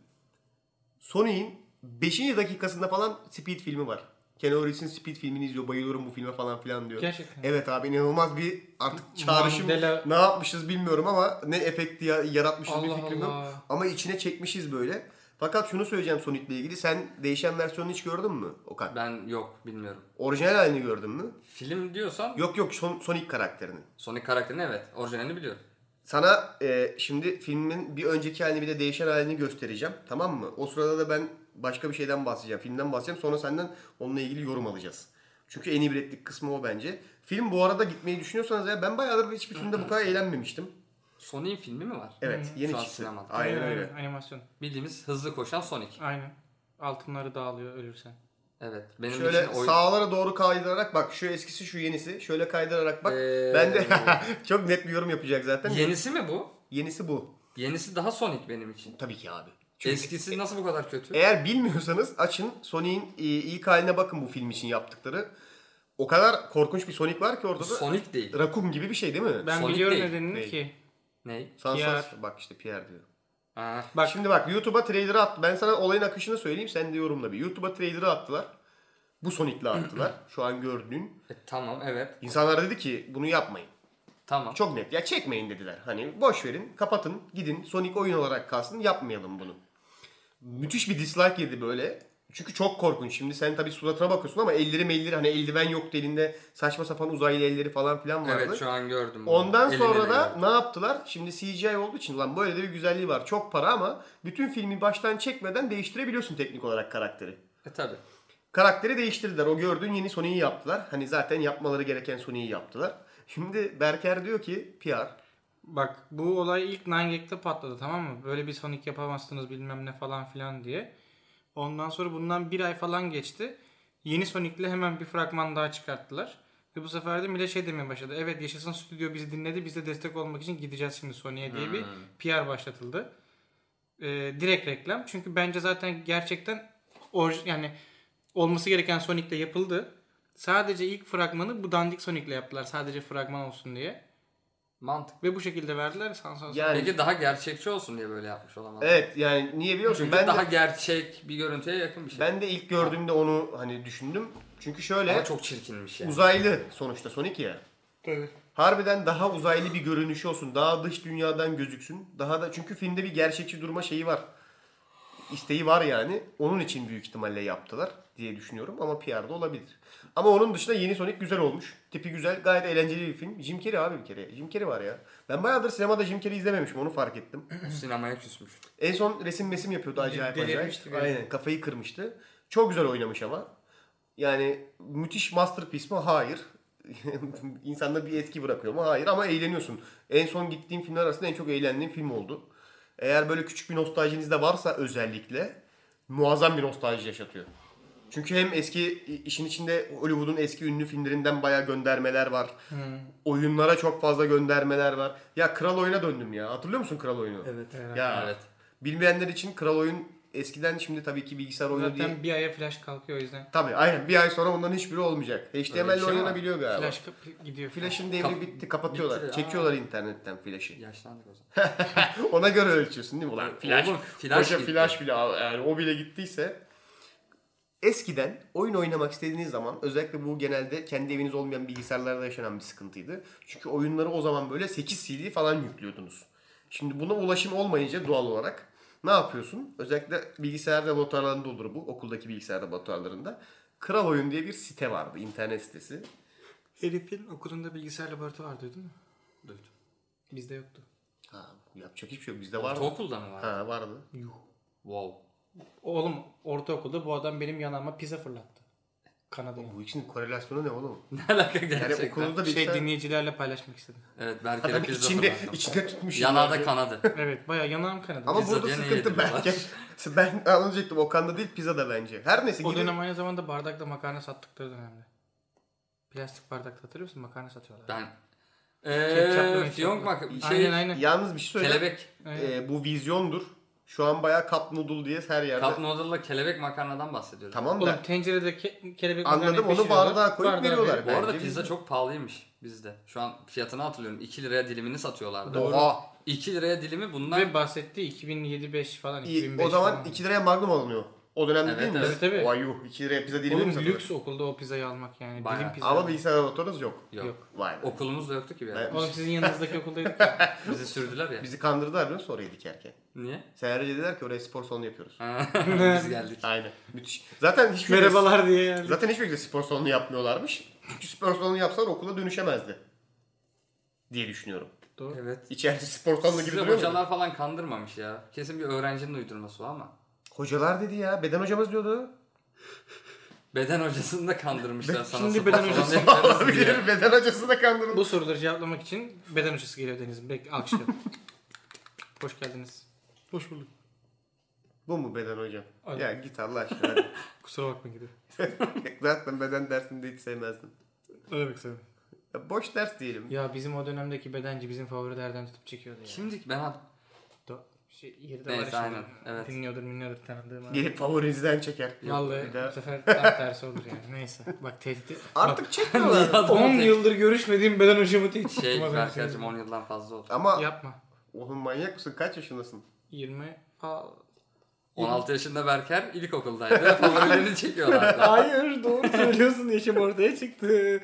Sonic'in 5. dakikasında falan Speed filmi var. Keanu Reeves'in Speed filmini izliyor. Bayılıyorum bu filme falan filan diyor.
Gerçekten.
Evet abi inanılmaz bir artık çağrışım.
Mandela-
Ne yapmışız bilmiyorum ama ne efekti ya- yaratmışız bir
Allah
fikrim
Allah.
yok. Ama içine çekmişiz böyle. Fakat şunu söyleyeceğim Sonic'le ilgili. Sen değişen versiyonunu hiç gördün mü Okan?
Ben yok bilmiyorum.
Orijinal halini gördün mü?
Film diyorsan
Yok yok Son- Sonic karakterinin.
Sonic karakterini evet. Orijinalini biliyorum.
Sana e, şimdi filmin bir önceki halini bir de değişen halini göstereceğim. Tamam mı? O sırada da ben başka bir şeyden bahsedeceğim. Filmden bahsedeceğim. Sonra senden onunla ilgili yorum alacağız. Çünkü en ibretlik kısmı o bence. Film bu arada gitmeyi düşünüyorsanız ya ben bayağıdır hiçbir filmde bu kadar eğlenmemiştim.
Sonic'in filmi mi var?
Evet yeni
Hmm. Şu an
çıktı.
sinemada.
Aynen öyle.
Animasyon.
Bildiğimiz hızlı koşan Sonic.
Aynen. Altınları dağılıyor ölürsen.
Evet. Benim
Şöyle
için oyun.
sağlara doğru kaydırarak bak şu eskisi şu yenisi şöyle kaydırarak bak.
Ee,
Ben de (laughs) çok net bir yorum yapacak zaten.
Yenisi mi bu?
Yenisi bu.
Yenisi daha Sonic benim için.
Tabii ki abi.
Eskisi nasıl bu kadar kötü?
Eğer bilmiyorsanız açın Sonic'in e, ilk haline bakın bu film için yaptıkları. O kadar korkunç bir Sonic var ki orada da.
Sonic değil.
Rakun gibi bir şey değil mi?
Ben
Sonic
biliyorum
değil.
nedenini
Değil.
ki.
Ney?
Sansas
Pierre.
bak işte Pierre diyor.
Aa,
Bak.
Şimdi bak YouTube'a trailer'ı attı. Ben sana olayın akışını söyleyeyim sen de yorumla bir. YouTube'a trailer'ı attılar. Bu
(clears throat)
Sonic'le arttılar. Şu an gördüğün.
E, tamam evet.
İnsanlar dedi ki bunu yapmayın.
Tamam.
Çok net. Ya çekmeyin dediler. Hani boş verin, kapatın, gidin. Sonic oyun olarak kalsın. Yapmayalım bunu. Müthiş bir dislike yedi böyle. Çünkü çok korkunç. Şimdi sen tabii suratına bakıyorsun ama elleri melleri hani eldiven yoktu elinde. Saçma sapan uzaylı elleri falan filan vardı.
evet şu an gördüm. bunu.
Ondan
Elimine
sonra da
gördüm.
ne yaptılar? Şimdi CGI olduğu için lan böyle de bir güzelliği var. Çok para ama bütün filmi baştan çekmeden değiştirebiliyorsun teknik olarak karakteri.
E tabi.
Karakteri değiştirdiler. O gördüğün yeni Sony'yi yaptılar. Hani zaten yapmaları gereken Sony'yi yaptılar. Şimdi Berker diyor ki PR
Bak bu olay ilk Ninegag'de patladı tamam mı? Böyle bir Sonic yapamazsınız bilmem ne falan filan diye. Ondan sonra bundan bir ay falan geçti. Yeni Sonic'le hemen bir fragman daha çıkarttılar. Ve bu sefer de millet şey demeye başladı. Evet yaşasın stüdyo bizi dinledi. Biz de destek olmak için gideceğiz şimdi Sony'e diye bir PR başlatıldı. Ee, direkt reklam. Çünkü bence zaten gerçekten orij- yani olması gereken Sonic'le yapıldı. Sadece ilk fragmanı bu dandik Sonic'le yaptılar. Sadece fragman olsun diye.
Mantık.
Ve bu şekilde verdiler sansasyon.
yani
Peki daha gerçekçi olsun diye böyle yapmış olamaz.
evet yani niye biliyor musun?
Çünkü
Ben
daha
de,
gerçek bir görüntüye yakın bir şey.
ben de ilk gördüğümde onu hani düşündüm. Çünkü şöyle
Ama çok çirkinmiş yani.
uzaylı sonuçta Sonic ya.
Tabii.
Harbiden daha uzaylı bir görünüşü olsun. Daha dış dünyadan gözüksün. Daha da çünkü filmde bir gerçekçi durma şeyi var. İsteği var yani. Onun için büyük ihtimalle yaptılar diye düşünüyorum ama PR'da olabilir. Ama onun dışında yeni Sonic güzel olmuş. Tipi güzel, gayet eğlenceli bir film. Jim Carrey abi bir kere. Jim Carrey var ya. Ben bayağıdır sinemada Jim Carrey izlememişim onu fark ettim.
Sinemaya küsmüş.
En son resim mesim yapıyordu acayip
delirmişti
acayip.
bir
Aynen kafayı kırmıştı. Çok güzel oynamış ama. Yani müthiş masterpiece mi? Hayır. (laughs) İnsanda bir etki bırakıyor mu? Hayır ama eğleniyorsun. En son gittiğim filmler arasında en çok eğlendiğim film oldu. Eğer böyle küçük bir nostaljiniz de varsa özellikle muazzam bir nostalji yaşatıyor. Çünkü hem eski işin içinde Hollywood'un eski ünlü filmlerinden bayağı göndermeler var.
Hmm.
Oyunlara çok fazla göndermeler var. Ya Kral Oyun'a döndüm ya. Hatırlıyor musun Kral Oyun'u?
Evet.
Ya
Evet.
Bilmeyenler için Kral Oyun eskiden şimdi tabii ki bilgisayar oyunu
Zaten
değil.
bir aya flash kalkıyor o yüzden.
Tabii aynen bir ay sonra onların hiçbiri olmayacak. HTML
şey
oynanabiliyor galiba.
Flash kap- gidiyor.
Flash'ın devri
Kap-
bitti kapatıyorlar.
bitti, aa.
Çekiyorlar internetten flash'ı.
Yaşlandık o zaman.
(laughs) Ona göre ölçüyorsun değil mi? Ulan flash,
Oğlum, flash
koca
gitti.
flash bile al- yani o bile gittiyse. Eskiden oyun oynamak istediğiniz zaman özellikle bu genelde kendi eviniz olmayan bilgisayarlarda yaşanan bir sıkıntıydı. Çünkü oyunları o zaman böyle 8 CD falan yüklüyordunuz. Şimdi buna ulaşım olmayınca doğal olarak ne yapıyorsun? Özellikle bilgisayar laboratuvarlarında olur bu. Okuldaki bilgisayar laboratuvarlarında. Kral Oyun diye bir site vardı. internet sitesi.
Herifin okulunda bilgisayar laboratuvarı duydun mu?
Duydum.
Bizde yoktu.
Ha, yapacak hiçbir şey yok. Bizde vardı.
Ortaokulda mı var?
Ha, vardı.
Wow. (laughs)
Oğlum ortaokulda bu adam benim yanağıma pizza fırlattı. Kanada'ya.
Bu için korelasyonu ne oğlum?
Ne alaka
Yani
gerçekten?
okulunuzda
Şey
bilgisayar...
dinleyicilerle paylaşmak istedim.
Evet Berker'e
Adam
pizza
içinde,
fırlattım.
içinde şey tutmuş.
Yanağda
yani.
kanadı.
Evet baya yanağım kanadı.
Ama
Pizza
burada
diye ne
sıkıntı
yediriyorlar?
belki. (laughs) Ben anlayacaktım. Okan'da değil pizzada bence. Her neyse.
o
gidin.
dönem aynı zamanda bardakla makarna sattıkları dönemde. Plastik bardakta hatırlıyor musun? Makarna satıyorlar.
Ben
Ketçaplı
eee
metçaplı.
fiyonk bak şey
aynen aynen.
Yalnız bir şey söyleyeyim.
kelebek.
Aynen.
Ee, bu vizyondur. Şu an bayağı cup noodle diye her yerde.
Cup noodle'la kelebek makarnadan bahsediyoruz.
Tamam da
Oğlum tencerede ke- kelebek
anladım
makarnayı
onu
pişiriyorlar.
bardağa koyup
Bardağa
veriyorlar.
verip-
Bu arada
Bence
pizza
biz-
çok pahalıymış bizde. Şu an fiyatını hatırlıyorum. 2 liraya dilimini satıyorlardı.
Oha.
2 liraya dilimi bundan
Ve bahsetti 2007-5 falan.
İyi,
2005
o zaman
falan.
2 liraya magnum alınıyor. O dönemde
Evet,
değil mi?
evet, tabii.
Vay yuh 2 liraya pizza dilimi mi
Oğlum
satıyorlar?
lüks okulda o pizzayı almak yani.
Bayağı.
Dilim pizza.
Ama bilgisayar laboratuvarınız yok.
yok.
Yok.
Vay be.
Okulumuz da yoktu ki bir ara.
Ben-
Oğlum sizin yanınızdaki okuldaydık ya.
(laughs)
Bizi sürdüler ya.
Bizi kandırdılar biliyor musun oraya dikerken?
Niye?
Seherce dediler ki oraya spor salonu yapıyoruz.
Biz geldik.
Aynen. Müthiş. Zaten hiçbir
Merhabalar diye yani.
Zaten hiçbir şekilde spor salonu yapmıyorlarmış. Çünkü spor salonu yapsalar okula dönüşemezdi. Diye düşünüyorum.
Evet.
İçeride spor salonu gibi
Size
duruyor mu?
hocalar falan kandırmamış ya. Kesin bir öğrencinin uydurması o ama.
Hocalar dedi ya. Beden hocamız diyordu.
Beden hocasını da kandırmışlar sana.
Şimdi
spor
beden
salonu
hocası
yaparız diye.
Olabilir. Beden hocası da kandırıldı.
Bu soruları cevaplamak için beden hocası geliyor Deniz'in. Bekle
(laughs)
alkışlayalım. Hoş geldiniz. Hoş bulduk.
Bu mu beden hocam?
Aynen.
Ya git Allah aşkına. (laughs) hadi.
Kusura bakma gidiyor.
Zaten beden dersini de hiç sevmezdim.
Öyle bekliyorum.
Ya boş ders diyelim.
Ya bizim o dönemdeki bedenci bizim favori derden tutup çekiyordu ya.
Şimdi ben hat-
Do- şey, yeri de var
Neyse,
şimdi.
aynen, evet.
Dinliyordur minliyordur tanıdığım. abi.
Gelip favorinizden çeker. Bir
Vallahi
daha.
bu sefer tam tersi olur yani. Neyse. Bak tehdit. Bak, (laughs)
Artık çekmiyorlar.
10 yıldır görüşmediğim beden hocamı hiç
şey
tutmadım.
Berker'cim 10 yıldan fazla oldu.
Ama
Yapma.
oğlum manyak mısın? Kaç yaşındasın?
20 Aa,
16 yaşında Berker ilkokuldaydı. (laughs) ve Favorilerini çekiyorlardı.
Hayır doğru söylüyorsun yaşım ortaya çıktı.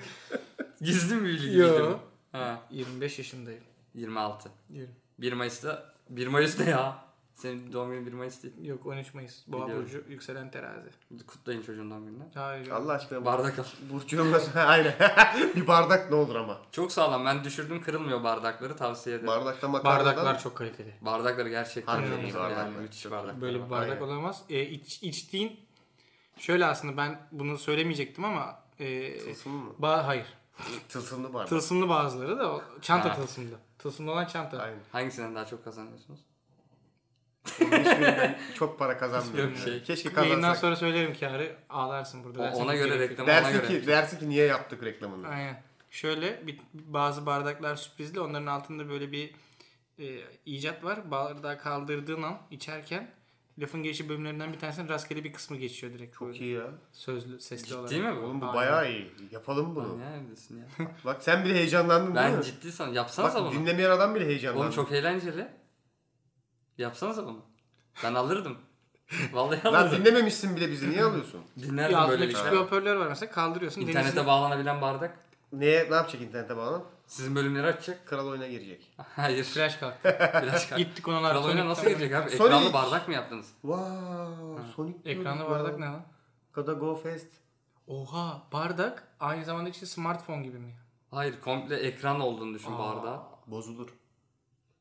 Gizli mi büyülü gizli mi?
Yo.
Ha,
25 yaşındayım.
26.
Yürü.
1 Mayıs'ta. 1 Mayıs'ta ya. Senin doğum günün 1 Mayıs değil.
Yok 13 Mayıs. Boğa
Biliyorum.
burcu yükselen terazi.
Kutlayın çocuğun doğum gününü.
Hayır.
Allah aşkına bardak.
Bardak al.
Burcu'nun nasıl? Ha, (laughs) Aynen. bir bardak ne olur ama.
Çok sağlam. Ben düşürdüm kırılmıyor bardakları tavsiye ederim.
Bardakta makarnadan.
Bardaklar çok kaliteli.
bardakları gerçekten
Harbiden
çok
iyi
iyi.
bardaklar.
Yani müthiş bardak.
Böyle bir bardak
Aynen.
olamaz. E, iç, içtiğin şöyle aslında ben bunu söylemeyecektim ama e,
Tılsımlı mı?
ba- hayır.
Tılsımlı bardak.
Tılsımlı bazıları da o, çanta
Ha.
tılsımlı. Tılsımlı olan çanta.
Aynen.
Hangisinden daha çok kazanıyorsunuz?
Hiçbirinden çok para kazanmıyorum.
Hiçbir şey.
Keşke
Yayından
kazansak.
sonra söylerim kârı. Ağlarsın burada.
O-
dersin
ona
ki
göre
gerekiyor.
reklam ona
Dersin
göre.
ki, dersin ki niye yaptık reklamını.
Aynen. Şöyle bir, bazı bardaklar sürprizli. Onların altında böyle bir e, icat var. Bardağı kaldırdığın an içerken lafın gelişi bölümlerinden bir tanesinin rastgele bir kısmı geçiyor direkt.
Çok
böyle
iyi ya.
Sözlü, sesli olarak.
Ciddi mi bu?
Oğlum bu
Aynen.
bayağı iyi. Yapalım
Lan
bunu.
Neredesin ya?
Bak sen bile heyecanlandın değil
ben
mi?
ciddi san. Yapsanıza
Bak
bunu.
dinlemeyen adam bile heyecanlandı.
Oğlum çok eğlenceli. Yapsanıza bunu. Ben
(laughs)
alırdım. Vallahi
Lan
alırdım.
dinlememişsin bile bizi. Niye alıyorsun?
Bir
Dinlerdim
altında
böylelikle.
küçük bir hoparlör var mesela kaldırıyorsun. denizin-
şey? İnternete bağlanabilen bardak.
Neye, ne yapacak internete bağlanıp?
Sizin bölümleri açacak. (laughs)
Kral oyuna girecek. (laughs)
Hayır.
Flash
(laughs)
kalktı.
Biraz kal.
Gittik ona
Kral oyuna nasıl girecek abi?
Sonic.
Ekranlı bardak mı yaptınız?
Wow, Sonic diyorduk
Ekranlı
ya.
bardak ne lan?
Kada Go Fest.
Oha bardak aynı zamanda içi smartphone gibi mi?
Hayır komple ekran olduğunu düşün bardağa.
Bozulur.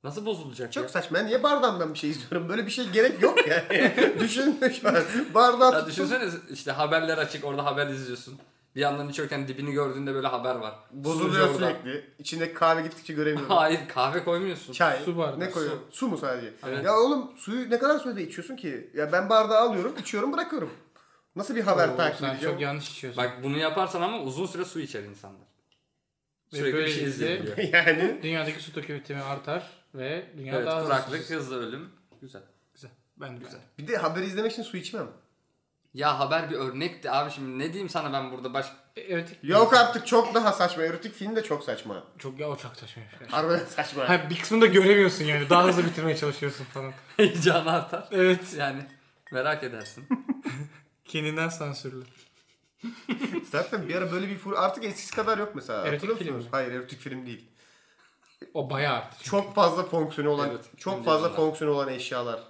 Nasıl bozulacak
Çok
ya?
saçma. Ben niye bardağım ben bir şey istiyorum? Böyle bir şey gerek yok (laughs) yani. Düşün şu an. Bardağı
Ya
tuttum.
düşünsene işte haberler açık orada haber izliyorsun. Bir yandan içerken dibini gördüğünde böyle haber var.
Bozuluyor
Sunucu orada.
sürekli. İçine kahve gittikçe
(laughs)
göremiyorum.
Hayır kahve koymuyorsun.
Çay.
Su bardağı,
Ne koyuyor? Su. mu sadece?
Evet.
Ya oğlum suyu ne kadar sürede içiyorsun ki? Ya ben bardağı alıyorum, içiyorum, bırakıyorum. Nasıl bir haber
Oo,
takip
sen
edeceğim?
çok yanlış içiyorsun.
Bak bunu yaparsan ama uzun süre su içer insanlar.
Ve
Sürekli bir
böylelikle-
şey
(laughs)
izleyebiliyor.
(laughs) yani
Dünyadaki su tüketimi artar ve dünya
Evet
daha hızlı
kuraklık,
ısınır.
hızlı ölüm. Güzel.
Güzel. Ben güzel.
bir de haber izlemek için su içmem.
Ya haber bir örnekti abi şimdi ne diyeyim sana ben burada baş... (laughs)
E, Evet.
Yok artık çok daha saçma. Erotik film de çok saçma.
Çok ya uçak taşımış. (laughs)
Harbiden saçma.
Ha bir kısmını da göremiyorsun yani. Daha hızlı bitirmeye çalışıyorsun falan.
heyecanı artar.
Evet.
Yani merak edersin.
Kendinden sansürlü.
Zaten bir ara böyle bir fur artık eskisi kadar yok mesela.
Erotik
Hatırlıyor
film
musunuz?
mi?
Hayır erotik film değil.
O bayağı arttı.
Çok fazla fonksiyonu olan
Evet,
çok
film
fazla
diyorlar.
fonksiyonu olan eşyalar. (laughs)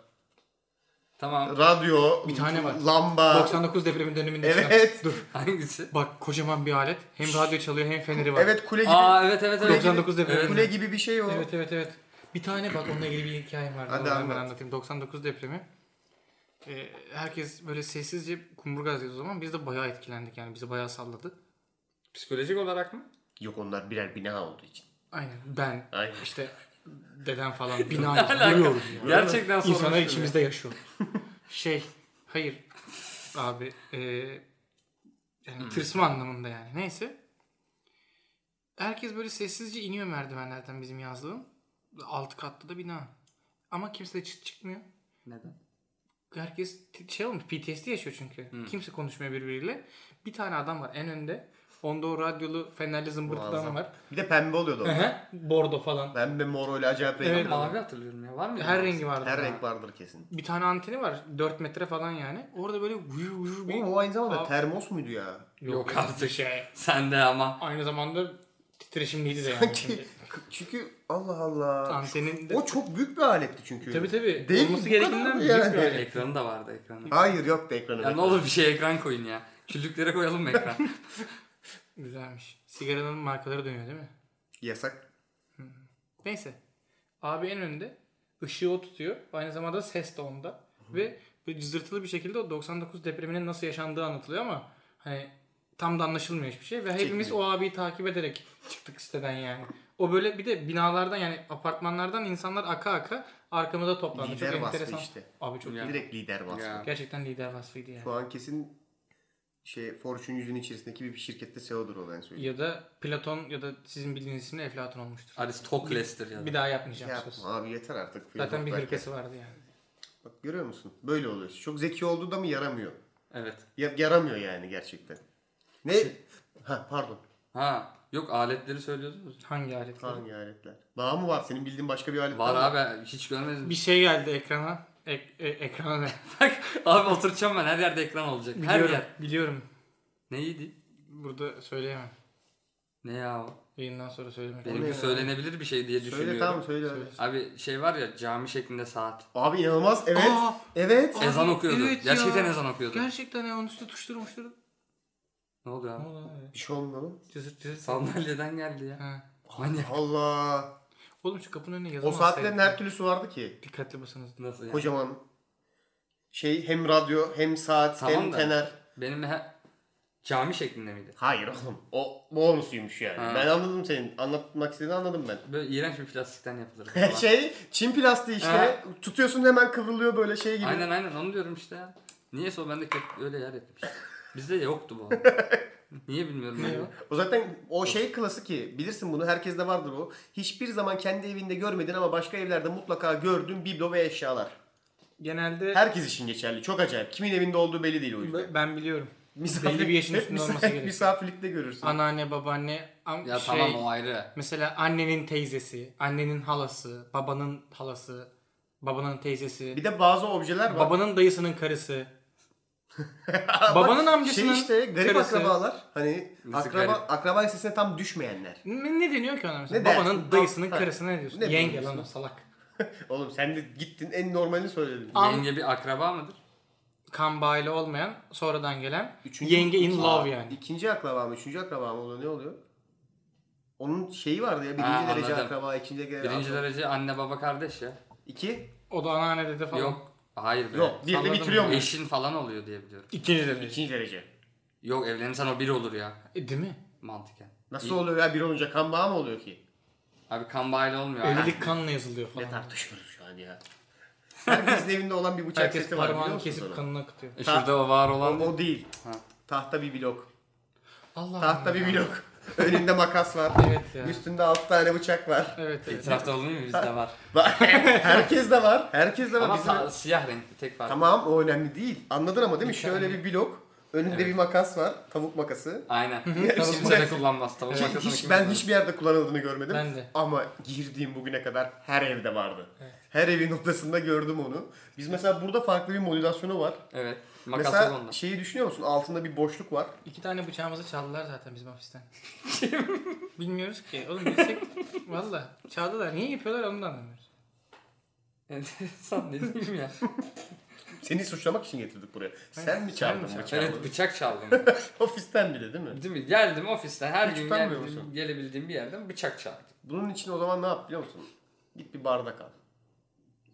tamam
Radyo,
Bir tane var.
lamba.
99 depremin döneminde çıkan.
Evet. Dur.
hangisi?
Bak kocaman bir alet. Hem radyo çalıyor hem feneri var.
Evet kule gibi.
Aa evet evet evet.
99 depremi.
Evet.
Kule gibi bir şey o.
Evet evet evet. Bir tane bak onunla ilgili bir hikayem vardı.
Hadi
Onu hemen
anlat.
anlatayım. 99 depremi. Ee, herkes böyle sessizce kumburgaz yazıyor o zaman. Biz de bayağı etkilendik yani. Bizi bayağı salladı.
Psikolojik olarak mı?
Yok onlar birer bina olduğu için.
Aynen. Ben
Aynen.
işte dedem
(laughs)
falan bina
Ne alaka?
yapıyoruz yani.
Gerçekten sormuş.
İnsanlar
biri.
içimizde yaşıyor. şey, hayır abi e,
Hmm.
yani tırsma anlamında yani. Neyse. Herkes böyle sessizce iniyor merdivenlerden bizim yazlığın. Altı katlı da bina. Ama kimse de çıt çıkmıyor.
Neden?
Herkes t- şey olmuş PTSD yaşıyor çünkü.
Hmm.
Kimse konuşmuyor birbiriyle. Bir tane adam var en önde. Onda o radyolu fenerli zımbırtıdan
Muazzam.
var.
Bir de pembe oluyordu onlar.
Aha, Bordo falan.
Pembe mor öyle acayip renk.
Evet.
var.
Mavi hatırlıyorum ya. Var mı?
Her rengi vardı.
Her
Ha.
renk vardır kesin.
Bir tane anteni var. 4 metre falan yani. Orada böyle vuyu vuyu bir...
Oğlum o aynı zamanda
Aa.
termos muydu ya?
Yok artık.
Şey.
Sen de ama.
Aynı zamanda titreşimliydi de yani. şimdi.
çünkü Allah Allah.
Antenin de...
O çok büyük bir aletti çünkü.
Tabii tabii.
Değil mi?
Olması
Bu
gerekinden
kadar
büyük
yani.
bir alet.
Ekranı da vardı ekranı.
Hayır yok da ekranı.
Ya ne olur bir şey ekran koyun ya. Küllüklere koyalım mı ekran?
Güzelmiş. Sigaranın markaları dönüyor değil mi?
Yasak.
Neyse. Abi en önde. ışığı o tutuyor. Aynı zamanda ses de onda. Ve böyle cızırtılı bir şekilde o 99 depreminin nasıl yaşandığı anlatılıyor ama hani tam da anlaşılmıyor hiçbir şey. Ve hepimiz
Çekmiyor.
o abiyi takip ederek çıktık siteden yani. O böyle bir de binalardan yani apartmanlardan insanlar aka aka arkamıza toplandı.
Lider
çok
vasfı
enteresan.
işte.
Abi çok
Ya.
iyi.
Direkt lider vasfı.
Ya.
Gerçekten lider vasfıydı yani.
Şu an kesin şey Fortune yüzün içerisindeki bir şirkette CEO'dur o ben söyleyeyim.
Ya da Platon ya da sizin bildiğiniz isimle Eflatun olmuştur.
Aristokles'tir ya.
Bir daha yapmayacağım
Yapma
söz.
abi yeter artık.
Zaten bir
Bak-
hırkası vardı yani.
Bak görüyor musun? Böyle oluyor. Çok zeki olduğu da mı yaramıyor?
Evet.
Ya- yaramıyor yani gerçekten. Ne? Ha pardon.
Ha. Yok aletleri söylüyordunuz.
Hangi alet?
Hangi aletler? Daha mı var? Senin bildiğin başka bir alet
Var
mı?
abi hiç görmedim.
Bir şey geldi ekrana. Ek, e, ekran ne?
Bak abi oturacağım ben her yerde ekran olacak. Her
Biliyorum,
yer.
biliyorum.
Neydi?
Burada söyleyemem.
Ne ya o?
Yayından sonra söylemek.
Benimki
ya?
söylenebilir bir şey diye
Söyle
düşünüyorum.
tamam söyle.
Söyle.
Abi şey var ya cami şeklinde saat.
Abi inanılmaz evet.
Aa!
evet.
Aa! Abi,
ezan okuyordu.
evet
Gerçekten
ya.
ezan okuyordu.
Gerçekten ya onun üstüne tuşları muşları.
Ne oldu
Ne
abi?
oldu lan öyle?
Bir şey olmadı. mı?
Cızırt cızırt.
Sandalyeden geldi ya.
Ha.
Manyak.
Allah.
Oğlum şu kapının önüne
O
yazamazsaydık.
saatlerin her türlüsü vardı ki.
Dikkatli basınız.
Nasıl yani?
Kocaman şey hem radyo hem saat
Tamam
hem
da.
tener.
Benim he... cami şeklinde miydi?
Hayır oğlum. O bonusuymuş yani.
Ha.
Ben anladım senin. Anlatmak istediğini anladım ben.
Böyle iğrenç bir plastikten
(laughs)
yapılır. falan.
şey Çin plastiği işte.
Ha.
Tutuyorsun hemen kıvrılıyor böyle şey gibi.
Aynen aynen onu diyorum işte ya. Niyeyse o bende kö- öyle yer etmiş. Bizde yoktu
(laughs)
bu. arada. Niye bilmiyorum. ben de.
O zaten o şey klası ki bilirsin bunu herkeste vardır bu. Hiçbir zaman kendi evinde görmedin ama başka evlerde mutlaka gördüğün biblo ve eşyalar.
Genelde
Herkes için geçerli. Çok acayip. Kimin evinde olduğu belli değil o yüzden.
b- ben biliyorum.
Misafir-
belli bir yaşın
hep
üstünde
misa-
olması gerekiyor.
Misafirlikte görürsün.
Anneanne, babaanne, am-
Ya
şey,
tamam o ayrı.
mesela annenin teyzesi, annenin halası, babanın halası, babanın teyzesi,
Bir de bazı objeler var.
babanın dayısının
(laughs)
karısı. babanın amcasının
şey işte garip
karısı.
akrabalar. Hani
Nasıl
akraba
garip?
akraba listesine tam düşmeyenler.
Ne, ne deniyor ki ona mesela?
Ne
babanın
dersin?
dayısının
Ha.
karısına ne diyorsun?
Ne
Yenge
diyorsun?
lan o salak.
Oğlum sen de gittin en normalini söyledin.
An-
Yenge bir akraba mıdır?
Kan bağıyla olmayan, sonradan gelen
Üçüncü-
yenge in love
Aa,
yani.
İkinci akraba mı, üçüncü akraba mı oluyor? Ne oluyor? Onun şeyi vardı ya. Birinci
Ha,
derece
anladım.
akraba, ikinci derece
Birinci
akraba.
derece anne baba kardeş ya.
İki.
O da anneanne dede falan.
Yok. Hayır be.
Yok. Birle
Salladım.
bitiriyor mu?
Eşin falan oluyor diye biliyorum.
İkinci derece.
İkinci derece.
Yok evlenirsen o bir olur ya.
E, değil mi?
Mantıken.
Nasıl
İyi.
oluyor ya bir olunca kan bağı mı oluyor ki?
Abi kan bağıyla olmuyor.
Evlilik kanla yazılıyor
Ne
falan.
tartışıyoruz şu an ya? Herkesin evinde olan bir bıçak
Herkes
seti var biliyor
parmağını
musunuz
kesip
onu?
kanını akıtıyor.
E, Şurada o var
O,
olan.
o değil.
Ha.
Tahta bir blok.
Allah
Tahta
Allah.
bir blok. (laughs) Önünde makas var.
Evet ya.
Üstünde 6 tane bıçak var.
Evet evet.
İtirafta olmuyor mu? Bizde var.
(laughs) Herkes de var. Herkes de var.
Ama
Bizim-
ta- siyah renkli tek var.
Tamam o önemli değil. Anladın ama değil mi? Şöyle bir blok. Önünde
Evet.
bir makas var. Tavuk makası.
Aynen.
Üstünde-
Kimse de kullanmaz. Tavuk
Ki
makasını
hiç,
kim
ben
kullanır?
hiçbir yerde kullanıldığını görmedim.
Ben de.
Ama girdiğim bugüne kadar her evde vardı. Her evin odasında gördüm onu. Biz mesela burada farklı bir modülasyonu var.
Evet. Makas yok
mesela
onda.
(laughs) şeyi düşünüyor musun? Altında bir boşluk var.
İki tane bıçağımızı çaldılar zaten bizim hapisten. (laughs) Bilmiyoruz ki. Oğlum bilsek valla çaldılar. Niye yapıyorlar onu da anlamıyoruz.
Enteresan ne diyeyim ya.
Seni suçlamak için getirdik buraya. Sen mi
sen
çaldın
mi
bıçağı?
Evet bıçak çaldım.
Ofisten bile değil mi?
Değil mi? Geldim ofisten her
Hiç
gün
utanmıyor
geldim-
musun?
gelebildiğim bir yerden bıçak çaldım.
Bunun için o zaman ne yap biliyor musun? Git bir bardak al.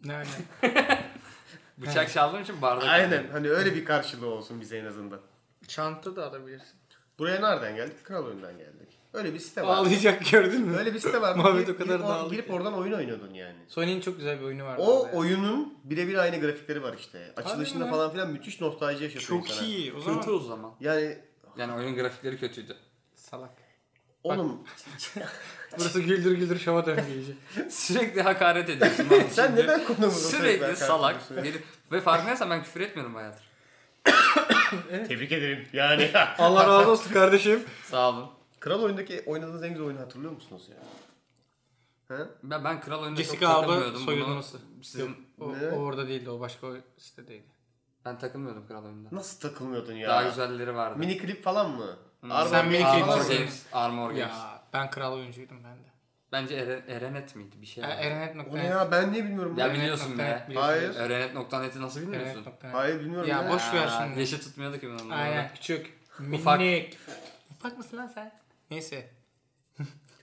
Nerede?
Bıçak çaldığım için bardak
Aynen
aldım.
hani öyle bir karşılığı olsun bize en azından.
Çanta da alabilirsin.
Buraya nereden geldik? Kral oyundan geldik. Öyle bir site var.
Ağlayacak gördün mü?
Öyle bir site var.
(laughs) Muhabbet
Girip-
o kadar
girip,
dağıldı
girip
ki.
oradan oyun oynuyordun yani.
Sony'nin çok güzel bir oyunu var.
O oyunun birebir aynı grafikleri var işte.
Harbi
Açılışında
mi?
falan filan müthiş nostalji yaşatıyor
Çok
insana.
iyi. O
Kötü
zaman
o zaman.
Yani
Yani oyun grafikleri kötüydü. (laughs)
salak. (laughs)
oğlum
Burası güldür güldür şova döndü iyice.
Sürekli hakaret ediyorsun. oğlum
sen
şimdi.
neden konumuzu
Sürekli salak.
karşılıyorsun?
gelip- Ve farkındaysan ben küfür etmiyorum bayağıdır.
Tebrik ederim
(laughs)
yani.
Allah razı olsun kardeşim.
Sağ olun.
(laughs) Kral oyundaki oynadığınız en güzel oyunu hatırlıyor musunuz ya? Ha?
Ben, ben kral oyunda çok
Jessica Alba
takılmıyordum. Bunu
soyulması.
Sizin,
Yok, o,
Ne?
o orada değildi o başka o sitedeydi.
Ben takılmıyordum kral oyunda.
Nasıl takılmıyordun ya?
Daha güzelleri vardı.
Mini klip falan mı? Arma
Sen mini klip
Armor
falan mı?
çekiyorsun.
Games. Armor Games.
Ya ben kral oyuncuydum ben de.
Bence Eren, Erenet miydi bir şey?
Ya,
O ne
Erenet.net.
ya ben niye bilmiyorum.
Ya
bunu?
biliyorsun be.
Hayır.
Erenet.net'i nasıl bilmiyorsun?
Hayır bilmiyorum.
Ya
ya.
boş- ver
Aa,
şimdi.
Leşi tutmuyordu ki bunun.
Aynen küçük.
Ufak.
Minik. Ufak mısın lan sen? Neyse.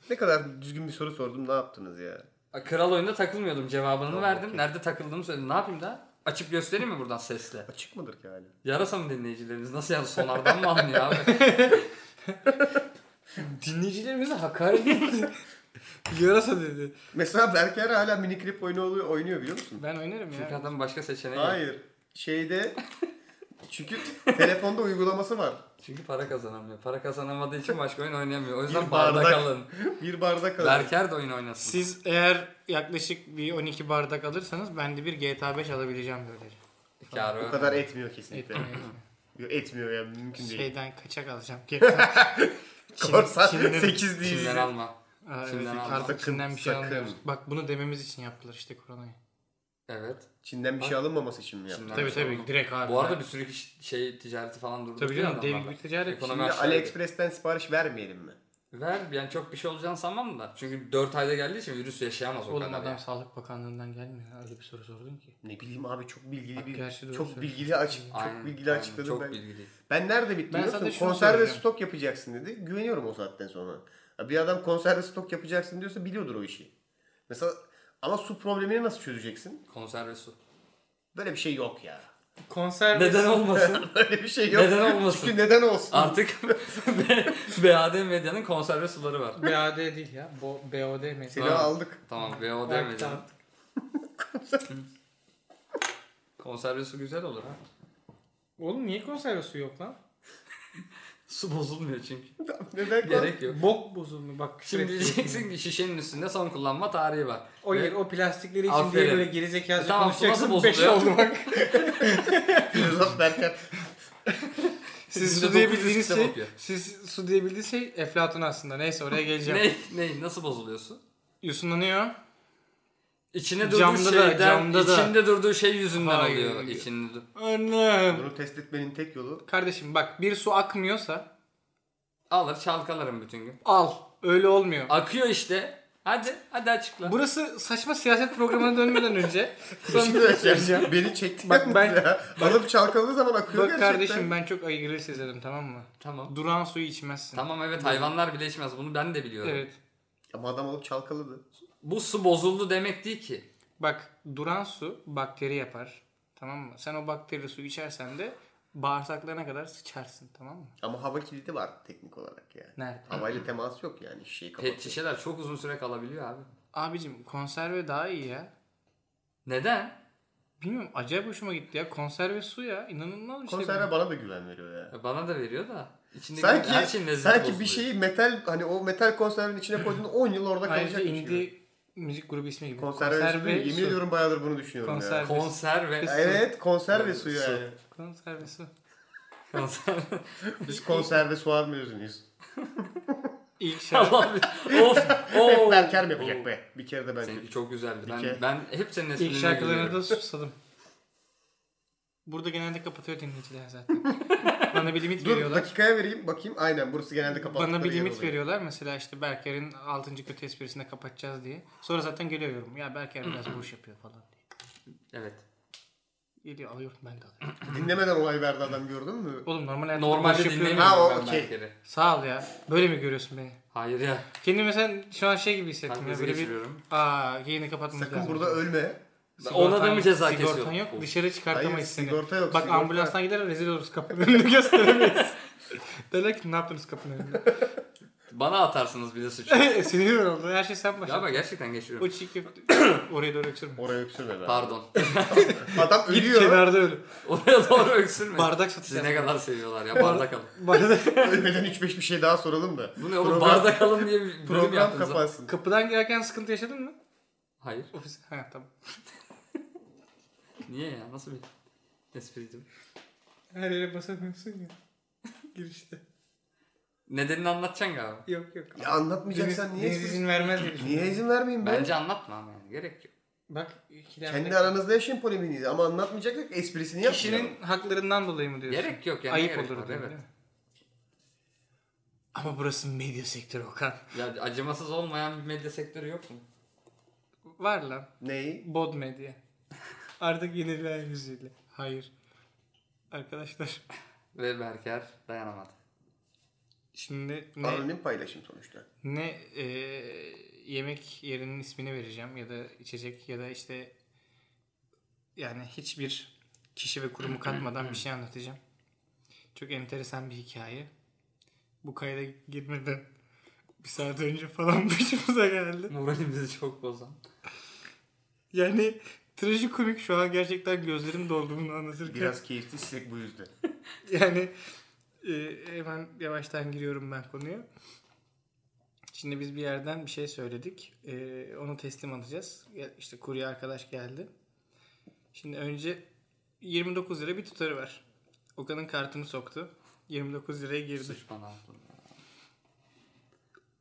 Ne kadar düzgün bir soru sordum ne yaptınız ya?
Kral oyunda takılmıyordum cevabını verdim. Nerede takıldığımı söyledim. Ne yapayım da? Açıp göstereyim mi buradan sesle?
Açık mıdır ki hala?
Yarasa mı dinleyicilerimiz? Nasıl yani sonardan mı anlıyor abi?
(laughs) Dinleyicilerimize hakaret etti. Yarasa dedi.
Mesela Berker hala mini klip oyunu oluyor, oynuyor biliyor musun?
Ben oynarım
Çünkü
ya.
adam başka seçeneği yok.
Hayır. Şeyde çünkü telefonda uygulaması var.
Çünkü para kazanamıyor. Para kazanamadığı için başka oyun oynayamıyor. O
Bir
yüzden
bardak.
bardak alın.
Bir bardak alır.
Berker de oyun oynasın.
Siz eğer yaklaşık bir 12 bardak alırsanız ben de bir GTA 5 alabileceğim böylece.
Kâr
O
o.
kadar etmiyor kesinlikle.
Etmiyor, etmiyor.
Yok, etmiyor ya mümkün
Şey,
değil.
Şeyden kaçak alacağım.
Korsan
Çin'den-
8 değil.
Kimden alma.
Aa,
Kimden
evet,
al-
artık
sakın,
Çin'den bir şey
sakın.
almıyoruz. Bak bunu dememiz için yaptılar işte koronayı.
Evet.
Çin'den bir şey alınmaması için mi yaptı?
Çin'den
Tabii
bir şey
tabii
oldu.
direkt abi.
Bu arada bir sürü kişi, şey ticareti falan durdu.
Tabii canım, dev gibi ticaret.
Ekonomi
Şimdi
aşağıya
AliExpress'ten sipariş vermeyelim mi?
gidiyor. Ver yani çok bir şey olacağını sanmam da. Çünkü 4 ayda geldiği için virüs yaşayamaz o
Oğlum
kadar.
adam
yani.
Sağlık Bakanlığı'ndan gelmiyor. Öyle bir soru sordun ki.
Ne bileyim abi çok bilgili
Bak, gerçi
bir
doğru
çok
söylüyorsun.
bilgili açık
şey Aynen,
çok bilgili
aynen,
açıkladım
Çok
ben.
bilgili.
Ben nerede bittim?
Ben
biliyor
sana
musun?
şunu
konserve
söyleyeceğim.
stok yapacaksın dedi. Güveniyorum o saatten sonra. Ya Bir adam konserve stok yapacaksın diyorsa biliyordur o işi. Mesela ama su problemini nasıl çözeceksin?
Konserve su.
Böyle bir şey yok ya. (laughs)
Konserve
Neden olmasın?
Böyle bir şey yok.
Neden olmasın?
Çünkü neden olsun?
Artık (laughs) BAD Medya'nın konserve suları
(laughs)
var.
BAD değil ya. Bo BOD mi?
Seni
Ha.
aldık. (laughs)
Tamam BAD
Bak,
Medya'nın.
tamam.
Konserve su güzel olur ha.
Oğlum niye konserve suyu yok lan?
Su bozulmuyor çünkü.
Neden Gerek.
Gerek yok.
Bok bozulmuyor bak.
Şimdi
sürekli
diyeceksin ki şişenin üstünde son kullanma tarihi var.
O
Ve
yer o plastikleri için
Aferin. E
diye böyle gerizekalıca
Tamam, bu
konuşacaksın.
nasıl
5
bozuluyor?
oldu
(laughs)
bak.
Filozof Berker.
siz
Yüzde
su diye
dokuz yüz
bildiğiniz
kitap
şey,
okuyor.
siz su diye bildiğiniz şey Eflatun aslında. Neyse
(laughs)
oraya geleceğim.
Ne, ne, nasıl bozuluyorsun?
Yusunlanıyor.
İçine durduğu
Camda da,
şeyden,
camda da.
içinde durduğu şey yüzünden
Hayır,
oluyor.
hayır.
İçinde dur-
Annem.
Bunu test etmenin
(laughs)
tek yolu
Kardeşim bak bir su akmıyorsa
Alır çalkalarım bütün gün.
al. Öyle olmuyor.
Akıyor işte. Hadi, hadi açıkla.
Burası saçma siyaset programına dönmeden
(laughs)
önce.
Bir
Son
şey
bir şey söyleyeceğim.
söyleyeceğim. Beni çekti.
Bak ben-
ya. Alıp çalkaladığı zaman akıyor
Bak
gerçekten.
kardeşim ben çok aygırı sezerim tamam mı?
Tamam.
Duran suyu içmezsin.
Tamam evet hayvanlar bile içmez. Bunu ben de biliyorum.
Evet.
Ama adam alıp çalkaladı.
Bu su bozuldu demek değil ki.
Bak duran su bakteri yapar. Tamam mı? Sen o bakteri suyu içersen de bağırsaklarına kadar sıçarsın tamam mı?
Ama hava kilidi var teknik olarak yani.
Nerede?
Havayla temas yok yani şişeyi
Pet
kapatıyor.
şişeler çok uzun süre kalabiliyor abi.
Abicim konserve daha iyi ya.
Neden?
Bilmiyorum acayip hoşuma gitti ya. Konserve su ya. İnanılmaz bir şey.
Konserve bana da güven veriyor ya.
E, Bana da veriyor da. İçindeki
Sanki,
her şeyin lezzeti
sanki bir
bozuluyor.
şeyi metal hani o metal konservenin içine koyduğunda 10 yıl orada
Ayrıca
kalacak bir
indie
şey.
müzik grubu ismi gibi.
Konserve, suyu. Yemin
su.
ediyorum bayağıdır bunu düşünüyorum ya.
Konserve.
Konserve. (laughs)
Evet konserve suyu
Su.
yani.
Konserve su.
Konserve.
Biz konserve
(laughs)
su almıyoruz.
İlk şarkı.
Tamam. of.
Hep
Oo.
(laughs) Berker mi yapacak be? Bir kere de ben
Seninki
kötü.
çok güzeldi. Ben,
Dike.
ben hep senin
İlk
esprilerine
şarkılarını
gülüyorum.
da susadım. Burada genelde kapatıyor dinleyiciler zaten. Bana bir limit
Dur
veriyorlar.
dakikaya vereyim bakayım. Aynen burası genelde kapattıkları
Bana bir
yer
limit
oluyor.
veriyorlar. Mesela işte Berker'in 6. kötü esprisinde kapatacağız diye. Sonra zaten geliyor yorum. Ya Berker biraz boş yapıyor falan diye.
Evet.
Geliyor alıyorum ben de alıyorum.
Dinlemeden olay verdi adam gördün mü?
Oğlum normal hayatta boş
Normalde
yapıyorum.
dinlemiyorum
Ha, o
ben
okey.
Berker'i.
Sağ ol ya. Böyle mi görüyorsun beni?
Hayır ya.
Kendimi sen şu an şey gibi hissettim. Ya,
Kalbinizi
böyle bir
geçiriyorum.
aa yayını kapatmamız
Sakın
lazım.
burada ölme.
Ona da mı ceza
sigortan
kesiyor?
yok.
Of.
Dışarı çıkartamayız
Hayır,
seni.
sigorta yok,
Bak
sigorta.
ambulanstan gider rezil oluruz kapının önünde
(laughs)
gösteremeyiz. Derler ki ne yaptınız kapının önünde?
Bana atarsınız bir
(laughs)
de suçu.
Sinir oldu. Her şey sen başladın.
Galiba gerçekten geçiriyorum.
O çiğ köfte
(coughs)
oraya doğru öksürme.
Oraya öksürme be.
Pardon. (laughs)
Adam
Git
ölüyor.
kenarda öl.
Oraya doğru öksürme.
Bardak
Sizi
satacağız.
ne kadar seviyorlar ya bardak alın.
(laughs) Bardak.
Ölmeden 3-5 bir şey daha soralım da.
Bu ne oğlum
Program-
bardak alın
(laughs)
diye bir bölüm
Program
yaptınız. ha?
kapansın.
Kapıdan girerken sıkıntı yaşadın mı?
Hayır.
Ofis. Ha tamam.
Niye ya? Nasıl bir espriydi bu?
Her yere basamıyorsun ya. (laughs) Girişte.
Nedenini anlatacaksın galiba.
Yok yok.
Ya anlatmayacaksan niye
Deniz
izin,
izin vermez diye düşünüyorum.
niye izin vermeyeyim ben?
Bence anlatma ama yani. Gerek yok.
Bak ikilemde.
Kendi aranızda yaşayın polemiğinizi ama anlatmayacaksak esprisini yapmayalım.
Kişinin haklarından dolayı mı diyorsun?
Gerek yok yani.
Ayıp
gerek
olur
var,
diyor,
evet.
değil mi? Ama burası medya sektörü Okan.
Ya acımasız olmayan bir medya sektörü yok mu?
Var lan.
Neyi?
Bod medya. Artık yenilen yüzüyle. Hayır. Arkadaşlar
Ve Berker dayanamadı. (laughs)
şimdi ne,
Anonim paylaşım sonuçta.
ne e, yemek yerinin ismini vereceğim ya da içecek ya da işte yani hiçbir kişi ve kurumu katmadan bir şey anlatacağım. Çok enteresan bir hikaye. Bu kayda girmeden bir saat önce falan (laughs) başımıza geldi.
Moralimizi çok bozan.
Yani trajikomik şu an gerçekten gözlerim dolduğunu anlatırken.
Biraz keyifsizsek bu yüzden. (laughs)
Yani e, hemen yavaştan giriyorum ben konuya. Şimdi biz bir yerden bir şey söyledik. E, onu teslim alacağız. Ya- İşte kurye arkadaş geldi. Şimdi önce 29 lira bir tutarı var. Okan'ın kartını soktu. 29 liraya girdi.
Suç bana atıldı.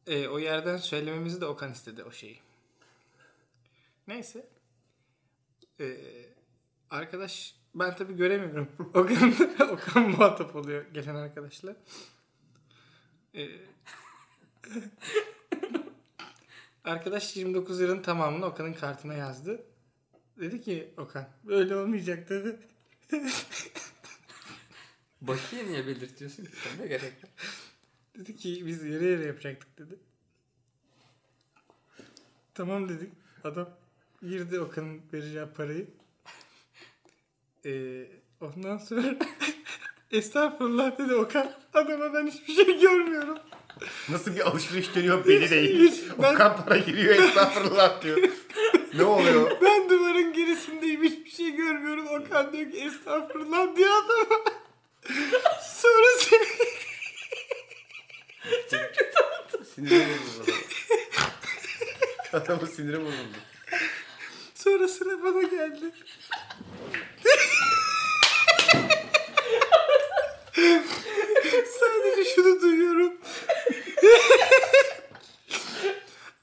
E, o yerden söylememizi de Okan istedi o şeyi. Neyse. e, arkadaş ben tabii göremiyorum. (laughs) Okan, Okan muhatap oluyor gelen arkadaşla. E, (laughs) arkadaş 29 liranın tamamını Okan'ın kartına yazdı. Dedi ki Okan böyle olmayacak dedi.
Bakiye niye belirtiyorsun ki? Sen Ne gerek
(laughs)
var?
Dedi ki biz yere yere yapacaktık dedi. Tamam dedik. Adam girdi Okan'ın vereceği parayı. Ee, ondan sonra (laughs) estağfurullah dedi Okan. Adama ben hiçbir şey görmüyorum.
Nasıl bir alışveriş (laughs) dönüyor belli
hiç.
değil.
Ben-
Okan para giriyor estağfurullah diyor. ne oluyor?
Ben duvarın gerisindeyim hiçbir şey görmüyorum. Okan diyor ki estağfurullah diyor adama. (laughs) sonra seni...
Sinirim (laughs) bozuldu. Adamın siniri bozuldu.
Sonra sıra bana geldi. Sadece şunu duyuyorum.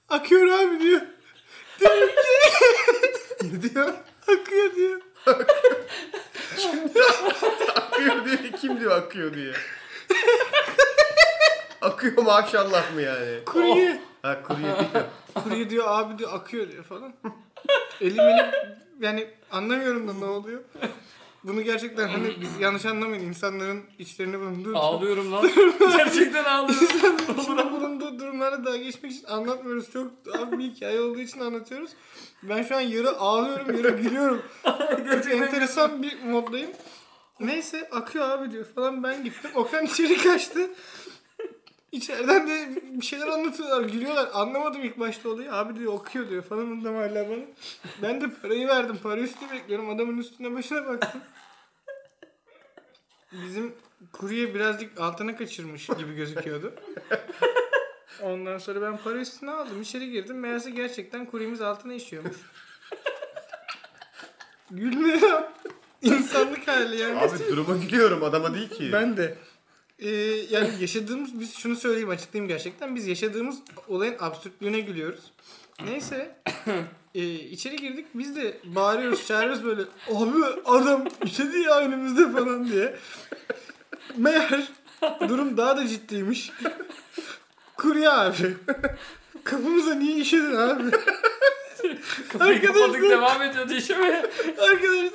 Akıyor abi diyor. Diyor ki
Ne diyor?
akıyor diyor.
Akıyor diye kim diyor akıyor diye. akıyor maşallah mı yani? Oh.
Kurye.
Ha kurye diyor.
Kurye diyor abi diyor akıyor diyor falan. Elim elim yani anlamıyorum da ne oluyor. Bunu gerçekten hani biz yanlış anlamayın insanların içlerine bulunduğu (laughs)
Ağlıyorum lan. Gerçekten ağlıyorum.
Sonra bulunduğu durumlara daha geçmek için anlatmıyoruz. Çok az bir hikaye olduğu için anlatıyoruz. Ben şu an yarı ağlıyorum, yarı gülüyorum. Çok enteresan bir moddayım. Neyse akıyor abi diyor falan ben gittim. Okan içeri kaçtı. İçeriden de bir şeyler anlatıyorlar, gülüyorlar. Anlamadım ilk başta olayı. Abi diyor okuyor diyor falan adam hala bana. Ben de parayı verdim. Para üstü bekliyorum. Adamın üstüne başına baktım. Bizim kurye birazcık altına kaçırmış gibi gözüküyordu. Ondan sonra ben para üstüne aldım. içeri girdim. Meğerse gerçekten kuryemiz altına işiyormuş. Gülme ya. İnsanlık hali yani.
Abi duruma gülüyorum adama değil ki.
Ben de. Ee, yani yaşadığımız, biz şunu söyleyeyim açıklayayım gerçekten. Biz yaşadığımız olayın absürtlüğüne gülüyoruz. Neyse. ee, içeri girdik. Biz de bağırıyoruz, çağırıyoruz böyle. Abi adam işedi ya önümüzde falan diye. Meğer durum daha da ciddiymiş. Kurye abi. Kapımıza niye işedin abi?
Kapıyı kapadık
Arkadaşlar-
devam ediyordu işe mi?
Arkadaşlar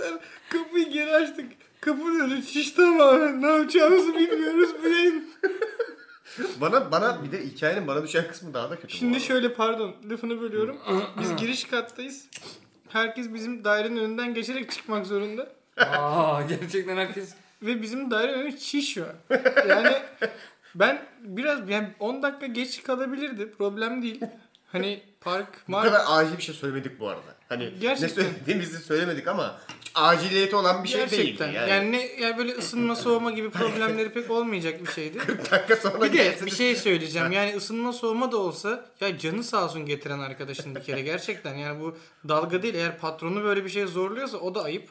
kapıyı geri açtık. Kapının önü şiş tamamen. Ne yapacağımızı bilmiyoruz. Bileyim.
Bana bana bir de hikayenin bana düşen kısmı daha da kötü. bu
Şimdi
arada.
şöyle pardon lafını bölüyorum. Biz giriş kattayız. Herkes bizim dairenin önünden geçerek çıkmak zorunda.
Aa gerçekten herkes
Ve bizim daire önü şiş şu an. Yani ben biraz yani 10 dakika geç kalabilirdi. Problem değil. Hani park,
bu
mark.
kadar acil bir şey söylemedik bu arada. Hani ne
Gerçekten.
(laughs) söylediğimizi söylemedik ama hiç aciliyeti olan bir şey
Gerçekten. yani.
değildi. Yani, yani...
ne yani böyle ısınma soğuma gibi problemleri pek olmayacak bir şeydi.
dakika sonra
Bir de
gelsin.
bir şey söyleyeceğim. Yani ısınma soğuma da olsa ya canı sağ olsun getiren arkadaşın bir kere gerçekten. Yani bu dalga değil. Eğer patronu böyle bir şeye zorluyorsa o da ayıp.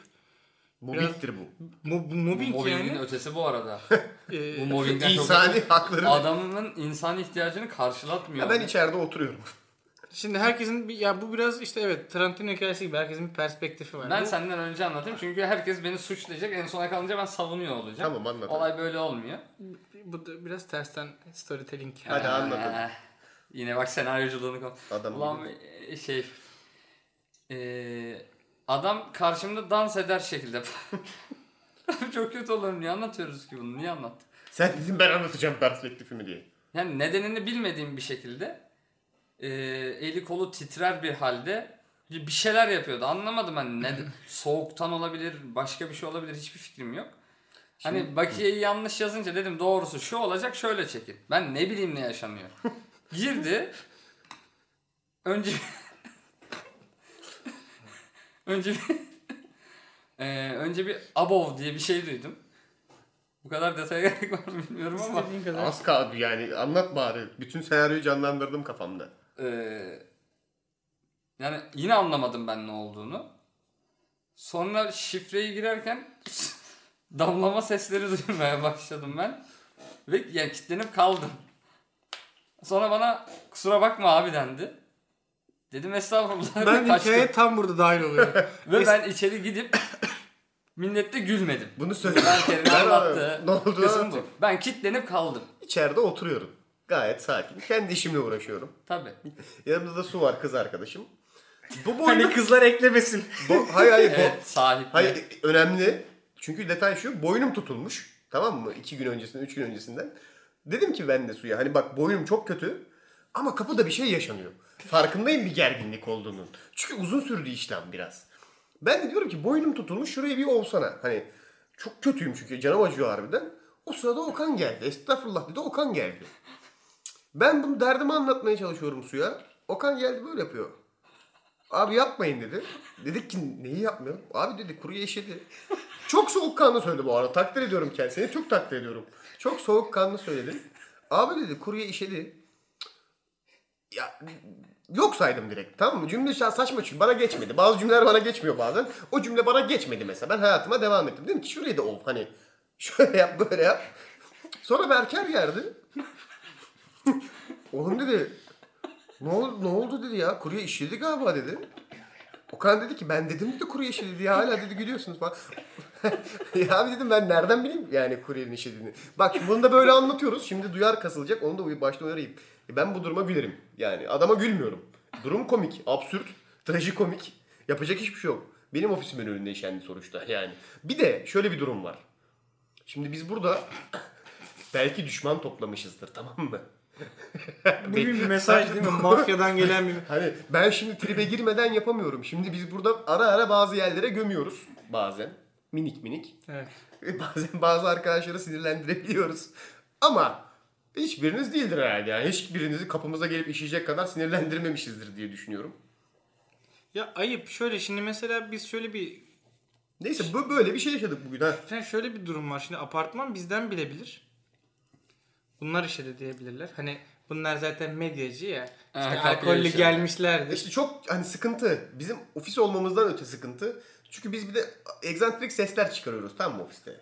Mobildir bu.
Mo- bu
bu
mobbing
mobbingin
yani.
ötesi bu arada.
Ee,
Bu mobbingden çok
İnsani hakları.
adamının insani ihtiyacını karşılatmıyor.
Ya ben içeride oturuyorum. (laughs)
şimdi herkesin bir, ya bu biraz işte evet Tarantino hikayesi gibi herkesin bir perspektifi var.
Ben
Bu-
senden önce anlatayım çünkü herkes beni suçlayacak. En sona kalınca ben savunuyor olacağım.
Tamam, anlat.
Olay böyle olmuyor.
bu da biraz tersten storytelling.
Hadi
Ee,
anlat.
Yine bak senaryoculuğunu kal.
Adam
Ulan e, şey. e, adam karşımda dans eder şekilde. (laughs) Çok kötü olur. Niye anlatıyoruz ki bunu? Niye anlattık?
Sen dedin ben anlatacağım perspektifimi diye.
Yani nedenini bilmediğim bir şekilde e, eli kolu titrer bir halde bir bir şeyler yapıyordu. Anlamadım hani ne soğuktan olabilir, başka bir şey olabilir hiçbir fikrim yok. Hani bakiyeyi yanlış yazınca dedim doğrusu şu olacak şöyle çekin. Ben ne bileyim ne yaşanıyor. Girdi. Önce (laughs) önce bir Ee, önce bir above diye bir şey duydum. Bu kadar detaya gerek var mı bilmiyorum ama.
İstediğin kadar.
Az kaldı yani anlat bari. Bütün senaryoyu canlandırdım kafamda.
Ee, yani yine anlamadım ben ne olduğunu. Sonra şifreyi girerken (laughs) damlama sesleri (laughs) duymaya başladım ben. Ve yani kilitlenip kaldım. Sonra bana kusura bakma abi dendi. Dedim estağfurullah. (laughs)
Ben
kaçtım.
hikayeye tam burada dahil oluyorum.
Ve ben içeri gidip (coughs) millette gülmedim.
(coughs) Bunu söyle.
(laughs) Ben kendimi anlattı.
Ne oldu?
Kısım bu. Ben kitlenip kaldım.
İçeride oturuyorum. Gayet sakin. Kendi işimle uğraşıyorum.
Tabii.
Yanımda da su var kız arkadaşım. Bu
(laughs)
boylu...
hani kızlar eklemesin.
bo- hayır hayır. bo-
Evet sahip.
Hayır e, önemli. Çünkü detay şu boynum tutulmuş. Tamam mı? İki gün öncesinden, üç gün öncesinden. Dedim ki ben de suya hani bak boynum çok kötü ama kapıda bir şey yaşanıyor. Farkındayım bir gerginlik olduğunun. Çünkü uzun sürdü işlem biraz. Ben de diyorum ki boynum tutulmuş şuraya bir olsana. Hani çok kötüyüm çünkü canım acıyor harbiden. O sırada Okan geldi. Estağfurullah dedi Okan geldi. Ben bunu derdimi anlatmaya çalışıyorum suya. Okan geldi böyle yapıyor. Abi yapmayın dedi. Dedik ki neyi yapmıyorum? Abi dedi kuru yeşili. Çok soğukkanlı söyledi bu arada. Takdir ediyorum kendisini. Çok takdir ediyorum. Çok soğukkanlı söyledi. Abi dedi kuru yeşili. Ya yok saydım direkt tamam mı? Cümle şa- saçma çünkü bana geçmedi. Bazı cümleler bana geçmiyor bazen. O cümle bana geçmedi mesela. Ben hayatıma devam ettim. Dedim ki şurayı da ol. Hani şöyle yap böyle yap. Sonra Berker geldi. Oğlum dedi ne oldu, ne oldu dedi ya. Kurye işledi galiba dedi. Okan dedi ki ben dedim dedi kurye işledi diye hala dedi gülüyorsunuz falan. (laughs) ya abi dedim ben nereden bileyim yani kuryenin işlediğini. Bak şimdi bunu da böyle anlatıyoruz. Şimdi duyar kasılacak. Onu da uy- başta uyarayım. E ben bu duruma gülerim. Yani adama gülmüyorum. Durum komik, absürt, trajikomik. Yapacak hiçbir şey yok. Benim ofisimin önünde işendi sonuçta yani. Bir de şöyle bir durum var. Şimdi biz burada (clears throat) belki düşman toplamışızdır tamam mı?
Bugün bir mesaj değil mi? (laughs) Mafyadan gelen bir...
Hani ben şimdi tribe girmeden yapamıyorum. Şimdi biz burada ara ara bazı yerlere gömüyoruz bazen. Minik minik. (laughs)
Evet.
Bazen bazı arkadaşları sinirlendirebiliyoruz. Ama hiçbiriniz değildir herhalde. Yani hiçbirinizi kapımıza gelip işeyecek kadar sinirlendirmemişizdir diye düşünüyorum.
Ya ayıp şöyle şimdi mesela biz şöyle bir
Neyse bu böyle bir şey yaşadık bugün ha.
Sen şöyle bir durum var. Şimdi apartman bizden bilebilir. Bunlar işte de diyebilirler. Hani bunlar zaten medyacı ya. İşte
Ha, kapıya
alkollü
işiyor.
gelmişlerdir.
İşte çok hani sıkıntı. Bizim ofis olmamızdan öte sıkıntı. Çünkü biz bir de egzantrik sesler çıkarıyoruz tam mı ofiste?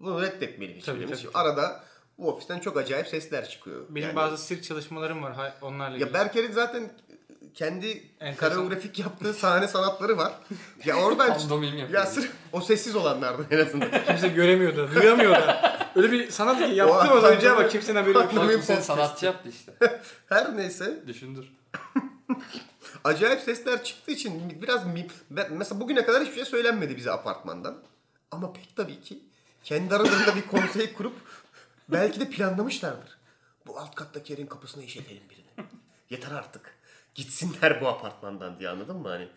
Bunu reddetmeli
Tabii,
hiçbirimiz.
tabii, tabii.
Arada bu ofisten çok acayip sesler çıkıyor.
Benim
Yani-
bazı sirk çalışmalarım var hay- onlarla ilgili.
Ya Berker'in zaten kendi
Enteresan.
koreografik yaptığı sahne sanatları var. Ya
(laughs)
oradan
Pandomim yapıyor.
ya sırf o sessiz olanlardan en azından.
Kimse göremiyordu, duyamıyordu. Öyle bir sanat ki yaptım
O
az önce ama
anlamda-
kimsenin haberi yok.
Pandomim
Bak sen
podcast.
sanatçı yaptı işte.
Her neyse
Düşündür.
acayip sesler çıktığı için mi- biraz mi- ben- mesela bugüne kadar hiçbir şey söylenmedi bize apartmandan. Ama pek tabii ki kendi aralarında bir konsey kurup belki de planlamışlardır. Bu alt kattaki yerin kapısına işletelim birini. Yeter artık. Gitsinler bu apartmandan diye anladın mı hani?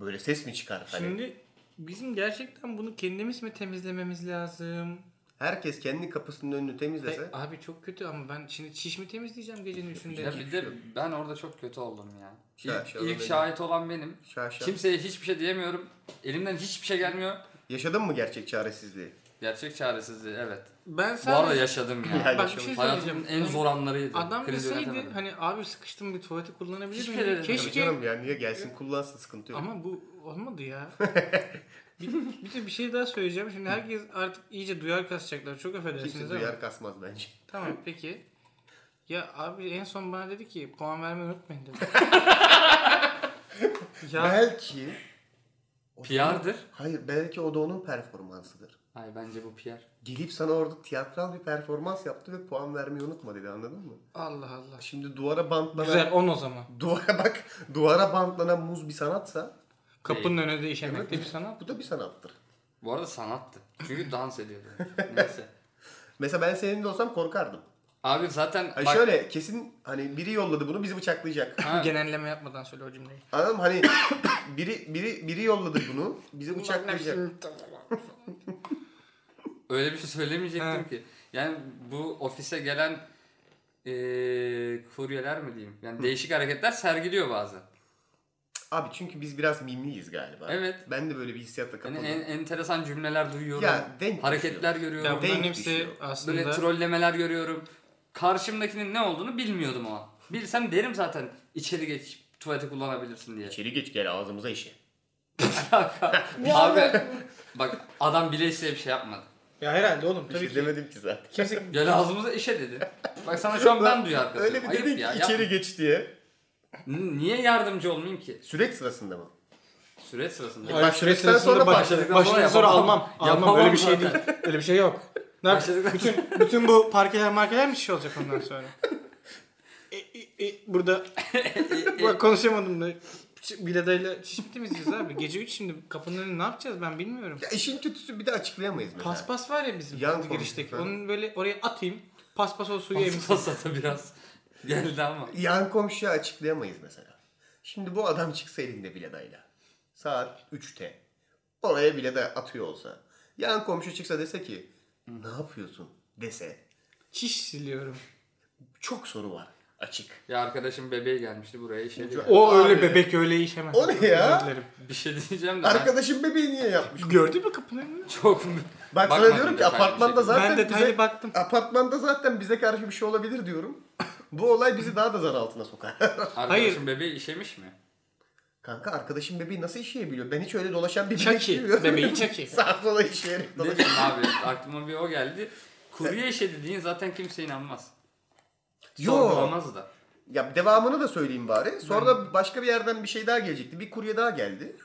Böyle ses mi çıkar? Hani
Şimdi bizim gerçekten bunu kendimiz mi temizlememiz lazım?
herkes kendi kapısının önünü temizlese.
Ay, abi çok kötü ama ben şimdi çiş mi temizleyeceğim gecenin üçünde?
Ya bir de ben orada çok kötü oldum ya.
Şa-
İlk,
şa-
ilk şahit olan benim.
Şaşa.
Kimseye hiçbir şey diyemiyorum. Elimden hiçbir şey gelmiyor.
Yaşadın mı gerçek çaresizliği?
Gerçek çaresizliği evet.
Ben
Bu arada
sadece
yaşadım ya.
(laughs) Yani
Bak bir şey
yaşamış.
Hayatımın
söyleyeceğim.
en zor anlarıydı.
Adam
Kriz
deseydi
yönetemedim.
hani abi sıkıştım bir tuvaleti kullanabilir
Hiçbir
miyim? diye.
yere-
Tabii
Keşke
canım yani niye gelsin kullansın sıkıntı yok.
Ama bu olmadı
(laughs)
ya. bir, bir de bir şey daha söyleyeceğim. Şimdi herkes artık iyice duyar kasacaklar. Çok
Kimse
affedersiniz ama.
duyar kasmaz bence.
Tamam peki. Ya abi en son bana dedi ki puan vermeyi unutmayın
(laughs)
dedi. ya
Belki
PR'dır.
hayır belki o da onun performansıdır.
Hayır bence bu PR.
Gelip sana orada tiyatral bir performans yaptı ve puan vermeyi unutma dedi anladın mı?
Allah Allah.
Şimdi duvara bantlanan
Güzel on o zaman.
duvara bak duvara bantlanan muz bir sanatsa
Kapının önünde işemek de bir sanat.
bu da bir sanattır.
Bu arada sanattı. Çünkü dans
(laughs)
ediyordu. Neyse.
Mesela ben senin de olsam korkardım.
Abi zaten
Hani
bak,
şöyle kesin hani biri yolladı bunu bizi bıçaklayacak.
Ha.
Genelleme yapmadan söyle o cümleyi.
Anladın
(coughs)
mı? Hani biri biri biri yolladı bunu bizi bıçaklayacak.
öyle bir şey söylemeyecektim
Ha.
ki. Yani bu ofise gelen eee, kuryeler mi diyeyim? Yani değişik hareketler sergiliyor bazen.
Abi çünkü biz biraz mimliyiz galiba.
Evet.
Ben de böyle bir hissiyatla
Yani
kapıldım.
en, enteresan cümleler duyuyorum.
Ya, denk
hareketler görüyorum.
Ya bunların
Denk
hepsi
düşüyor.
aslında
böyle trollemeler görüyorum. Karşımdakinin ne olduğunu bilmiyordum o an. Bilsem derim zaten içeri geç tuvaleti kullanabilirsin
(laughs)
diye.
İçeri geç gel ağzımıza işe.
Abi bak adam bile isteye bir şey yapmadı.
Ya herhalde oğlum
Bir şey
tabii ki.
demedim ki zaten.
Kimse
Gel ağzımıza işe dedi. Bak sana şu an ben duyar arkadaşım.
Öyle bir
Ayıp
dedin ki
ya,
içeri
yapma.
geç diye.
N- Niye yardımcı olmayayım ki?
Süreç sırasında mı?
Süreç sırasında.
E,
(laughs)
Hayır, Bak, süreçten sonra
başladıktan
başladıktan
sonra
sonra
yapamam.
almam. Almam
Yapamam
öyle bir şey değil.
zaten.
Öyle bir şey yok. Ne yap-
Başladıktan
bütün, bütün bu parkeler markeler mi şey olacak ondan sonra? E, e, e, burada Bak, konuşamadım da. Ç- Biladayla çişmiti mi izleyeceğiz abi? Gece 3 şimdi kapının önünde ne yapacağız ben bilmiyorum.
Ya işin kötüsü bir de açıklayamayız mesela.
Paspas var ya bizim
Yan
girişteki.
komşu.
Onun böyle oraya atayım. Paspas o suyu emsin.
Pasata biraz geldi ama.
Yan komşuya açıklayamayız mesela. Şimdi bu adam çıksa elinde biladayla. Saat 3'te. Oraya bilada atıyor olsa. Yan komşu çıksa dese ki ne yapıyorsun dese.
Çiş siliyorum.
Çok soru var. Açık.
Ya arkadaşım bebeği gelmişti buraya işe. diyor.
O
Abi,
öyle bebek öyle iş hemen.
O ne ya?
Özür dilerim.
Bir şey diyeceğim de. ben
Arkadaşım bebeği niye yapmış?
Gördün mü kapının önünü?
Çok
Bak
Bakmadım
sana diyorum ki
detaylı bir
apartmanda
şekilde.
zaten
Ben detaylı
bize,
baktım.
apartmanda zaten bize karşı bir şey
(laughs)
olabilir diyorum. Bu olay bizi daha da zar altına sokar. (laughs)
Arkadaşım bebeği işemiş mi?
Kanka arkadaşım bebeği nasıl işeyebiliyor? Ben hiç öyle dolaşan bir bebek
Çaki.
bilmiyorum.
Bebeği çaki.
(laughs) Sağa sola işeyerek
Ne
dolaşıyor.
bileyim abi aklıma bir o geldi. Kurye işe dediğin zaten kimse inanmaz.
Yo.
Sorgulamaz da.
Ya devamını da söyleyeyim bari. Sonra da başka bir yerden bir şey daha gelecekti. Bir kurye
(laughs)
daha geldi.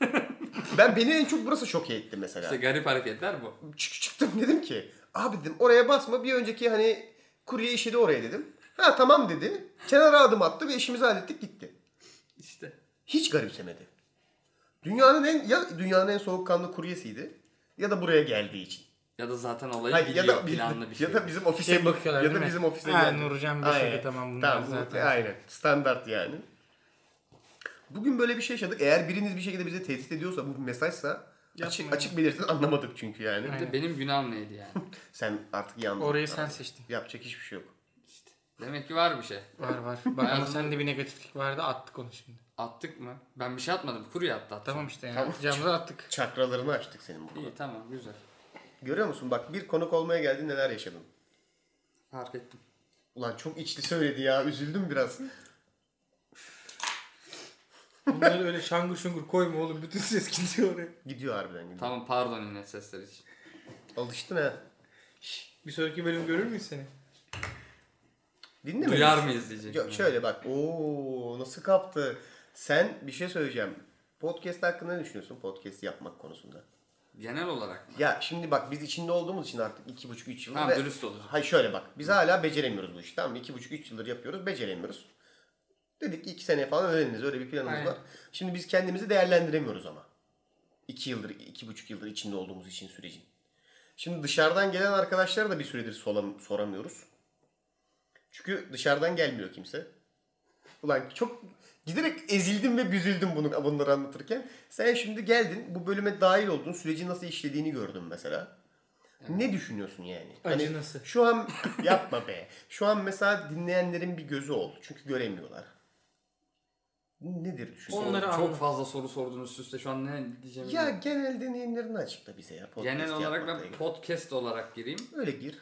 ben beni en çok burası şok etti mesela.
İşte garip hareketler bu.
Çık çıktım dedim ki abi dedim oraya basma bir önceki hani kurye işi de oraya dedim. Ha tamam dedi. Kenara adım attı ve işimizi hallettik gitti.
İşte.
Hiç garipsemedi. Dünyanın en ya dünyanın en soğukkanlı kuryesiydi ya da buraya geldiği için.
Ya da zaten olayı
Hayır,
biliyor
ya da
planlı bir şey.
ya da bizim ofise
Şey bakıyorlar
ya da
değil mi?
bizim ofise
Ha,
geldi.
Nurcan bir
Aynen.
sürü tamam bunlar
tamam, bu-
zaten.
Aynen. Standart yani. Bugün böyle bir şey yaşadık. Eğer biriniz bir şekilde bizi tehdit ediyorsa bu bir mesajsa açık,
Yapmayın.
açık belirtin anlamadık çünkü yani.
Bir de
Aynen.
benim günahım neydi
(laughs)
yani?
Sen artık yandın.
Orayı sen seçtin.
Yapacak hiçbir şey yok.
Demek ki var bir şey.
Var (laughs) var. Bak ama
Hayatımda-
sende bir negatiflik vardı attık onu şimdi.
Attık mı? Ben bir şey atmadım. Kurye attı. attı.
Tamam işte yani.
Tamam.
Atacağımızı attık.
Çakralarını açtık senin burada.
İyi tamam güzel.
Görüyor musun bak bir konuk olmaya geldin neler yaşadın.
Fark ettim.
Ulan çok içli söyledi ya
(laughs)
üzüldüm biraz.
Bunları öyle şangır şungur koyma oğlum. Bütün ses gidiyor oraya.
Gidiyor harbiden gidiyor.
Tamam pardon yine sesler için.
Alıştın ha.
Bir sonraki bölüm görür müyüz seni?
Dinlemedin.
Duyar mıyız diyecek.
Yok şöyle bak. Oo nasıl kaptı? Sen bir şey söyleyeceğim. Podcast hakkında ne düşünüyorsun? Podcast yapmak konusunda.
Genel olarak mı?
Ya şimdi bak biz içinde olduğumuz için artık iki buçuk üç yıl.
Tamam,
ve-
dürüst olacağız.
Hayır şöyle bak. Biz hala beceremiyoruz bu işi tamam mı? İki buçuk üç yıldır yapıyoruz beceremiyoruz. Dedik ki iki sene falan öğreniriz. Öyle bir planımız
Aynen.
var. Şimdi biz kendimizi değerlendiremiyoruz ama. İki yıldır, iki buçuk yıldır içinde olduğumuz için sürecin. Şimdi dışarıdan gelen arkadaşlara da bir süredir soram- soramıyoruz. Çünkü dışarıdan gelmiyor kimse. Ulan çok giderek ezildim ve büzüldüm bunu bunları anlatırken. Sen şimdi geldin, bu bölüme dahil oldun, süreci nasıl işlediğini gördün mesela. Ne düşünüyorsun yani? Hani
Acınası.
Şu an (laughs) yapma be. Şu an mesela dinleyenlerin bir gözü oldu. Çünkü göremiyorlar. Nedir düşünüyorsun?
Onları
Çok
anladım.
fazla soru sordunuz üst üste şu an ne diyeceğimi
Ya
bilmiyorum.
genel deneyimlerini açıkla bize ya. podcast
Genel olarak
yapmakla
ben
ilgili.
podcast olarak gireyim.
Öyle gir.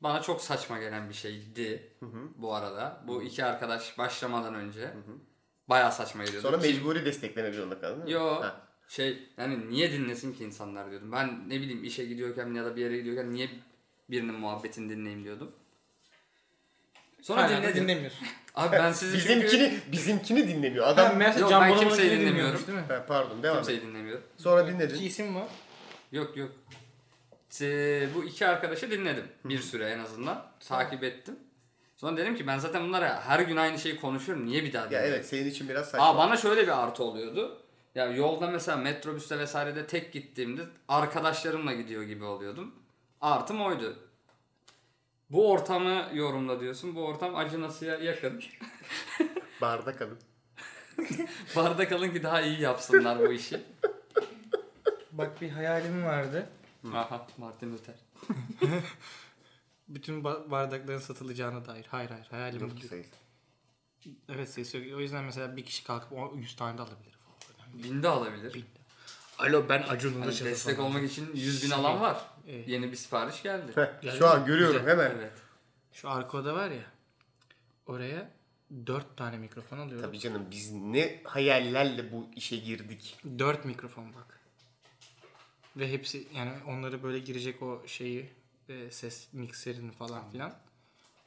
Bana çok saçma gelen bir şeydi bu arada. Bu iki arkadaş başlamadan önce bayağı saçma geliyordu.
Sonra
Ki-
mecburi desteklemek zorunda kaldın değil mi?
Yo
Ha.
şey yani niye dinlesin ki insanlar diyordum. Ben ne bileyim işe gidiyorken ya da bir yere gidiyorken niye birinin muhabbetini dinleyeyim diyordum. Sonra
Hala da
dinledim.
dinlemiyorsun.
Abi ben sizi çünkü...
Bizimkini, bizimkini dinlemiyor.
Ben
Adam...
mesela
Yok,
Can
ben
Bonomo'nun
kimseyi
şeyini
dinlemiyorum.
dinliyormuş, Değil mi?
Ha, pardon devam et.
Kimseyi şey dinlemiyorum.
Sonra
İki
dinledin.
isim var.
Yok yok. Te- bu iki arkadaşı dinledim bir süre en azından. Takip ettim. Sonra dedim ki ben zaten bunlara her gün aynı şeyi konuşuyorum. Niye bir daha
Ya
dinleyeyim?
evet senin için biraz saçma.
Aa bana şöyle bir artı oluyordu. Ya yolda mesela metrobüste vesairede tek gittiğimde arkadaşlarımla gidiyor gibi oluyordum. Artım oydu. Bu ortamı yorumla diyorsun. Bu ortam acınasıya yakın. (laughs)
Barda kalın.
Barda kalın ki daha iyi yapsınlar bu
(laughs)
işi.
Bak bir hayalim vardı.
Aha Martin Luther.
Bütün ba- bardakların satılacağına dair. Hayır hayır hayalim
Yok
yok.
ki sayısı.
Evet sayısı yok. O yüzden mesela bir kişi kalkıp o 100 tane de alabilir falan. Önemli.
Binde alabilir.
Alo ben Acun'un
Hani destek olmak için 100
Şey,
bin alan var.
e,
Evet.
Yeni bir sipariş geldi.
Geldi
Şu an görüyorum hemen.
evet.
Şu arka oda var ya. Oraya 4 tane mikrofon alıyorum.
Tabii canım biz ne hayallerle bu işe girdik.
4 mikrofon bak. Ve hepsi yani onları böyle girecek o şeyi e, ses mikserini falan filan.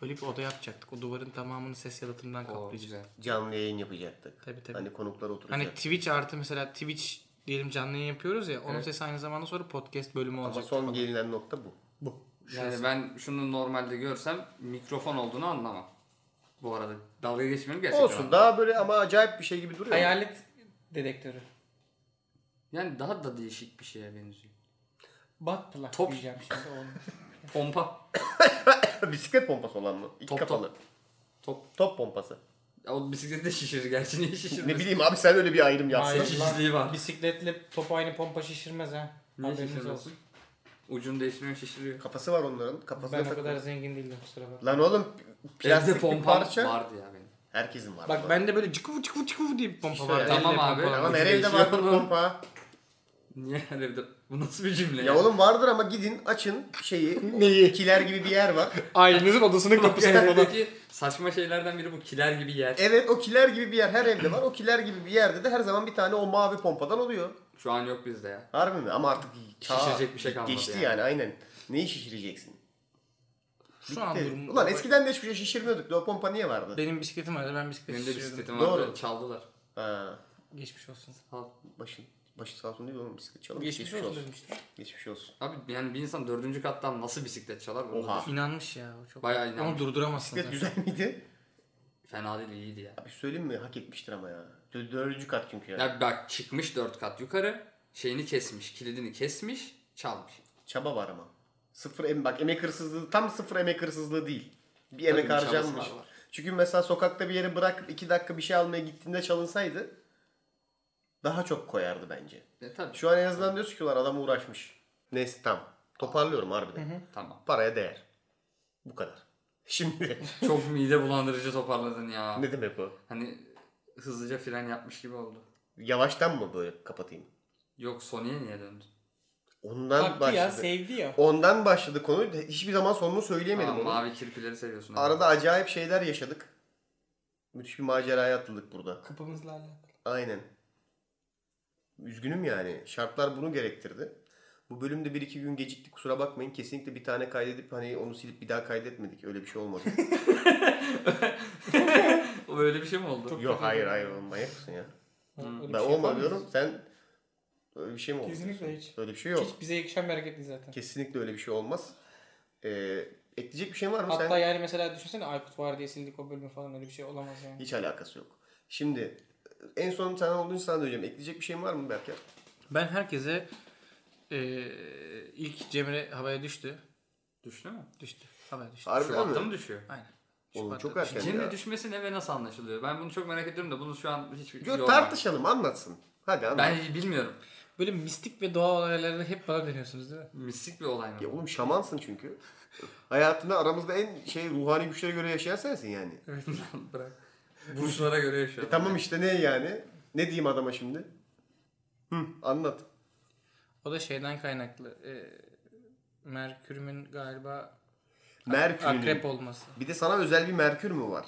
Böyle bir oda yapacaktık. O duvarın tamamını ses yalıtımından
O
kaplayacaktık.
güzel.
Canlı yayın yapacaktık.
Tabii, tabii.
Hani konuklar oturacak.
Hani Twitch artı mesela Twitch diyelim canlı yayın yapıyoruz ya. Onun
Evet.
sesi aynı zamanda sonra podcast bölümü
Ama
olacak.
son gelinen nokta bu.
bu.
Yani ben şunu normalde görsem mikrofon olduğunu anlamam. Bu arada dalga geçmiyorum gerçekten.
Olsun daha böyle ama acayip bir şey gibi duruyor.
Hayalet dedektörü.
Yani daha da değişik bir şeye benziyor.
Bat plak
Top-
diyeceğim şimdi
(laughs)
onu.
Pompa.
(laughs) Bisiklet pompası olan mı? İki
Top,
kafalı.
Top.
Top pompası.
Ya o bisikleti de şişirir gerçi. Niye şişirmez?
Ne bileyim abi sen öyle bir ayrım yapsın.
Hayır. şişirdiği var.
Bisikletle top aynı pompa şişirmez ha.
Niye
Haberiniz
şişirmez?
olsun.
Ucunu değiştiriyor şişiriyor.
Kafası var onların. Kafasına
Ben o
takılı.
kadar zengin değildim kusura bakma.
Lan oğlum
Evde
plastik bir
pompa
parça.
vardı ya benim.
Herkesin var.
Bak bende böyle cıkıvı cıkıvı cıkıvı diye bir pompa
İşte
var.
öyle.
Tamam
Elle
abi.
pompalanan.
Lan her evde
Değişiyor.
vardır pompa.
Niye her evde? Bu nasıl bir cümle
Ya oğlum vardır ama gidin açın şeyi. Neyi? Kiler gibi bir yer var.
Ailenizin odasının kapısına falan.
Evdeki saçma şeylerden biri bu kiler gibi yer.
Evet o kiler gibi bir yer her evde var. O kiler gibi bir yerde de her zaman bir tane o mavi pompadan oluyor.
Şu an yok bizde ya.
Harbi mi? Ama artık çağ
Şişirecek bir şey kalmadı
geçti
yani.
yani. aynen. Neyi şişireceksin?
Şu an durum.
Ulan eskiden de hiçbir şey şişirmiyorduk. da O pompa niye vardı?
Benim bisikletim vardı ben bisiklet
Benim de
sürüyordum.
bisikletim
Doğru.
vardı. Çaldılar.
Ha,
Geçmiş olsun.
Al.
başın, başı sağ olsun değil mi oğlum bisiklet çalalım.
Geçmiş, olsun dedim işte.
Geçmiş olsun.
Abi yani bir insan dördüncü kattan nasıl bisiklet çalar? Bunu
Oha.
İnanmış ya. o Çok...
Bayağı inanmış.
Ama durduramazsın.
Bisiklet
zaten.
güzel miydi?
Fena değil iyiydi ya.
Abi söyleyeyim mi? Hak etmiştir ama ya. Dö- Dördüncü kat çünkü ya.
Ya bak çıkmış dört kat yukarı. Şeyini kesmiş. Kilidini kesmiş. Çalmış.
Çaba var ama. Sıfır em bak emek hırsızlığı tam sıfır emek hırsızlığı değil. Bir emek
bir çabası
harcanmış.
var, var.
Çünkü mesela sokakta bir yere bırak iki dakika bir şey almaya gittiğinde çalınsaydı daha çok koyardı bence.
E tabii.
Şu an en azından diyorsun ki "Ulan adam uğraşmış. Neyse tamam. Toparlıyorum harbiden.
Tamam.
Paraya değer. Bu kadar. (laughs) Şimdi
Çok mide bulandırıcı toparladın ya.
ne demek o?
Hani hızlıca fren yapmış gibi oldu.
Yavaştan mı böyle kapatayım?
Yok Sony'ye niye döndün?
Ondan
Taktı
başladı.
ya sevdi ya.
Ondan başladı konu. Hiçbir zaman sonunu söyleyemedim
Tamam,
onu.
mavi kirpileri seviyorsun. abi.
Arada acayip şeyler yaşadık. Müthiş bir maceraya atıldık burada.
Kapımızla alakalı.
Aynen. Üzgünüm yani. Şartlar bunu gerektirdi. Bu bölümde bir iki gün geciktik kusura bakmayın. Kesinlikle bir tane kaydedip hani onu silip bir daha kaydetmedik. Öyle bir şey olmadı.
O böyle bir şey mi oldu?
Çok-
Yok hayır hayır oğlum manyak mısın ya?
Öyle bir
Ben
şey
olma
yapar mıyız?
diyorum sen öyle bir şey mi oldu?
Kesinlikle hiç.
Öyle bir şey yok.
Hiç bize yakışan bir hareket değil zaten.
Kesinlikle öyle bir şey olmaz. Ee, ekleyecek bir şey var mı?
Hatta
sen...
yani mesela düşünsene Aykut var diye sildik o bölümü falan öyle bir şey olamaz yani.
Hiç alakası yok. Şimdi en son sen olduğun sana döneceğim. Ekleyecek bir şeyin var mı Berker?
Ben herkese e, ilk Cemre havaya düştü.
Düştü mü?
Düştü. Havaya düştü.
Harbiden
Şubat'ta
mi?
mı düşüyor?
Aynen.
Oğlum
Şubat'ta
çok
düştü.
erken
Cemre
ya.
düşmesi ne ve nasıl anlaşılıyor? Ben bunu çok merak ediyorum da bunu şu an hiçbir
Gör,
yok.
tartışalım anlatsın. Hadi anlat.
Ben bilmiyorum.
Böyle mistik ve doğa olaylarını hep bana dönüyorsunuz değil mi?
Mistik bir olay mı?
Ya oğlum şamansın çünkü. Hayatında aramızda en şey ruhani güçlere göre yaşayan sensin yani.
Bırak. Burçlara göre yaşıyor.
E tamam işte ne yani? Ne diyeyim adama şimdi? Hı, anlat.
O da şeyden kaynaklı. E, Merkür'ümün galiba akrep
Merkür.
olması.
Bir de sana özel bir Merkür mü var?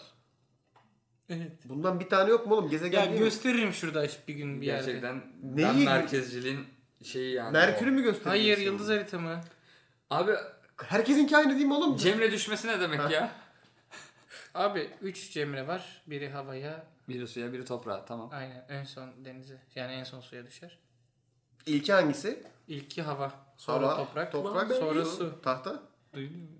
Evet.
Bundan bir tane yok mu oğlum?
Ya
Gezegen değil mi?
gösteririm şurada açıp bir gün bir yerde.
Gerçekten
Neyi-
ben merkezciliğin şeyi yani.
Merkür'ü mü gösteriyor?
Hayır yıldız harita mı?
Abi
Herkesinki aynı değil mi oğlum?
Cemre düşmesi ne demek ya?
Abi 3 Cemre var. Biri havaya,
Biri suya biri toprağa tamam.
aynen en son denize. Yani en son suya düşer.
İlki hangisi?
İlki hava, sonra
Hava,
toprak,
toprak
sonra su.
Tahta.